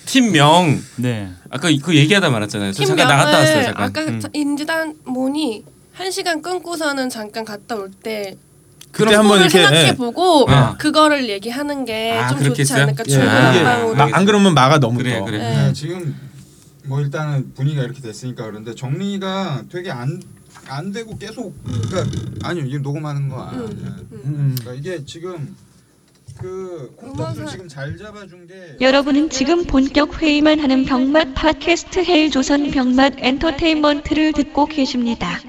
[SPEAKER 2] 팀명
[SPEAKER 6] 네.
[SPEAKER 2] 아까 그 얘기하다 말았잖아요. 저 잠깐 나갔다 왔어요. 잠깐.
[SPEAKER 4] 아까
[SPEAKER 2] 음.
[SPEAKER 4] 인지단 모니 한 시간 끊고서는 잠깐 갔다 올때
[SPEAKER 7] 그때 한번
[SPEAKER 4] 그거를
[SPEAKER 7] 이렇게
[SPEAKER 4] 생각해
[SPEAKER 7] 예.
[SPEAKER 4] 보고 음,
[SPEAKER 2] 예.
[SPEAKER 4] 그거를 얘기하는 게
[SPEAKER 2] 아,
[SPEAKER 4] 좀
[SPEAKER 2] 그렇게 음,
[SPEAKER 4] 좋지
[SPEAKER 2] 했어요?
[SPEAKER 4] 않을까
[SPEAKER 7] 예.
[SPEAKER 4] 출근
[SPEAKER 2] 아,
[SPEAKER 7] 이게
[SPEAKER 4] 방으로
[SPEAKER 7] 막- 안 그러면 마가 너무
[SPEAKER 2] 그래
[SPEAKER 7] 떠.
[SPEAKER 2] 그래.
[SPEAKER 4] 네.
[SPEAKER 8] 네, 지금 뭐 일단은 분위기가 이렇게 됐으니까 그런데 정리가 되게 안, 안 되고 계속 그러니까 아니요 이거 녹음하는 거 아니야.
[SPEAKER 7] 음.
[SPEAKER 8] 그러니까 이게 지금 그 콩팥을
[SPEAKER 4] 음악을-
[SPEAKER 8] 지금 잘 잡아준 게
[SPEAKER 1] 여러분은 지금 본격 회의만 하는 병맛 팟캐스트 헬 조선 병맛 엔터테인먼트를 듣고 계십니다.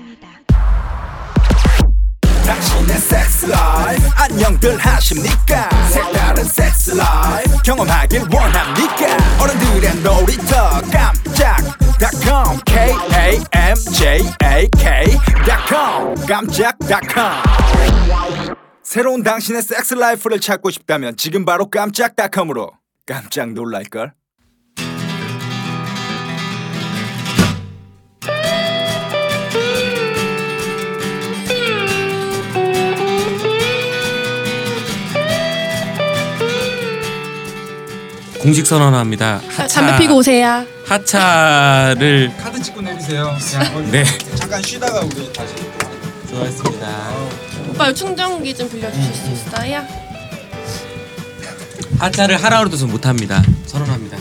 [SPEAKER 5] 당신의 섹스 라이프 안녕들 하십니까 색다른 섹스 라이프 경험하길 원합니까 어른들의 놀이터 깜짝 닷컴 k-a-m-j-a-k.com 깜짝 닷컴 새로운 당신의 섹스 라이프를 찾고 싶다면 지금 바로 깜짝 닷컴으로 깜짝 놀랄걸
[SPEAKER 2] 공식 선언합니다. 하차.
[SPEAKER 4] 담배 피고 오세요.
[SPEAKER 2] 하차를
[SPEAKER 8] 카드 찍고 내리세요. 그냥
[SPEAKER 2] 네.
[SPEAKER 8] 잠깐 쉬다가 우리 다시
[SPEAKER 2] 좋았습니다.
[SPEAKER 4] 오빠 요 충전기 좀 빌려주실 수 있어요?
[SPEAKER 2] 하차를 하라 그래도 전 못합니다. 선언합니다.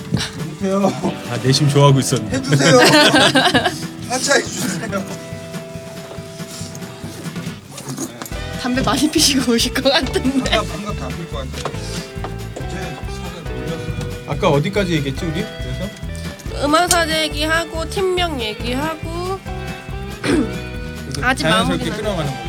[SPEAKER 8] 해요.
[SPEAKER 7] 아 내심 좋아하고 있었는데.
[SPEAKER 8] 해주세요. 하차 해주세요.
[SPEAKER 4] 담배 많이 피시고 오실 것 같은데.
[SPEAKER 8] 나 뭔가 다풀것 같아. 제 손에 물렸어요.
[SPEAKER 7] 아까 어디까지 얘기했지 우리? 그래서
[SPEAKER 4] 음악사 얘기하고 팀명 얘기하고 (clears throat) 아직 마무리는
[SPEAKER 7] 끌어가는 거.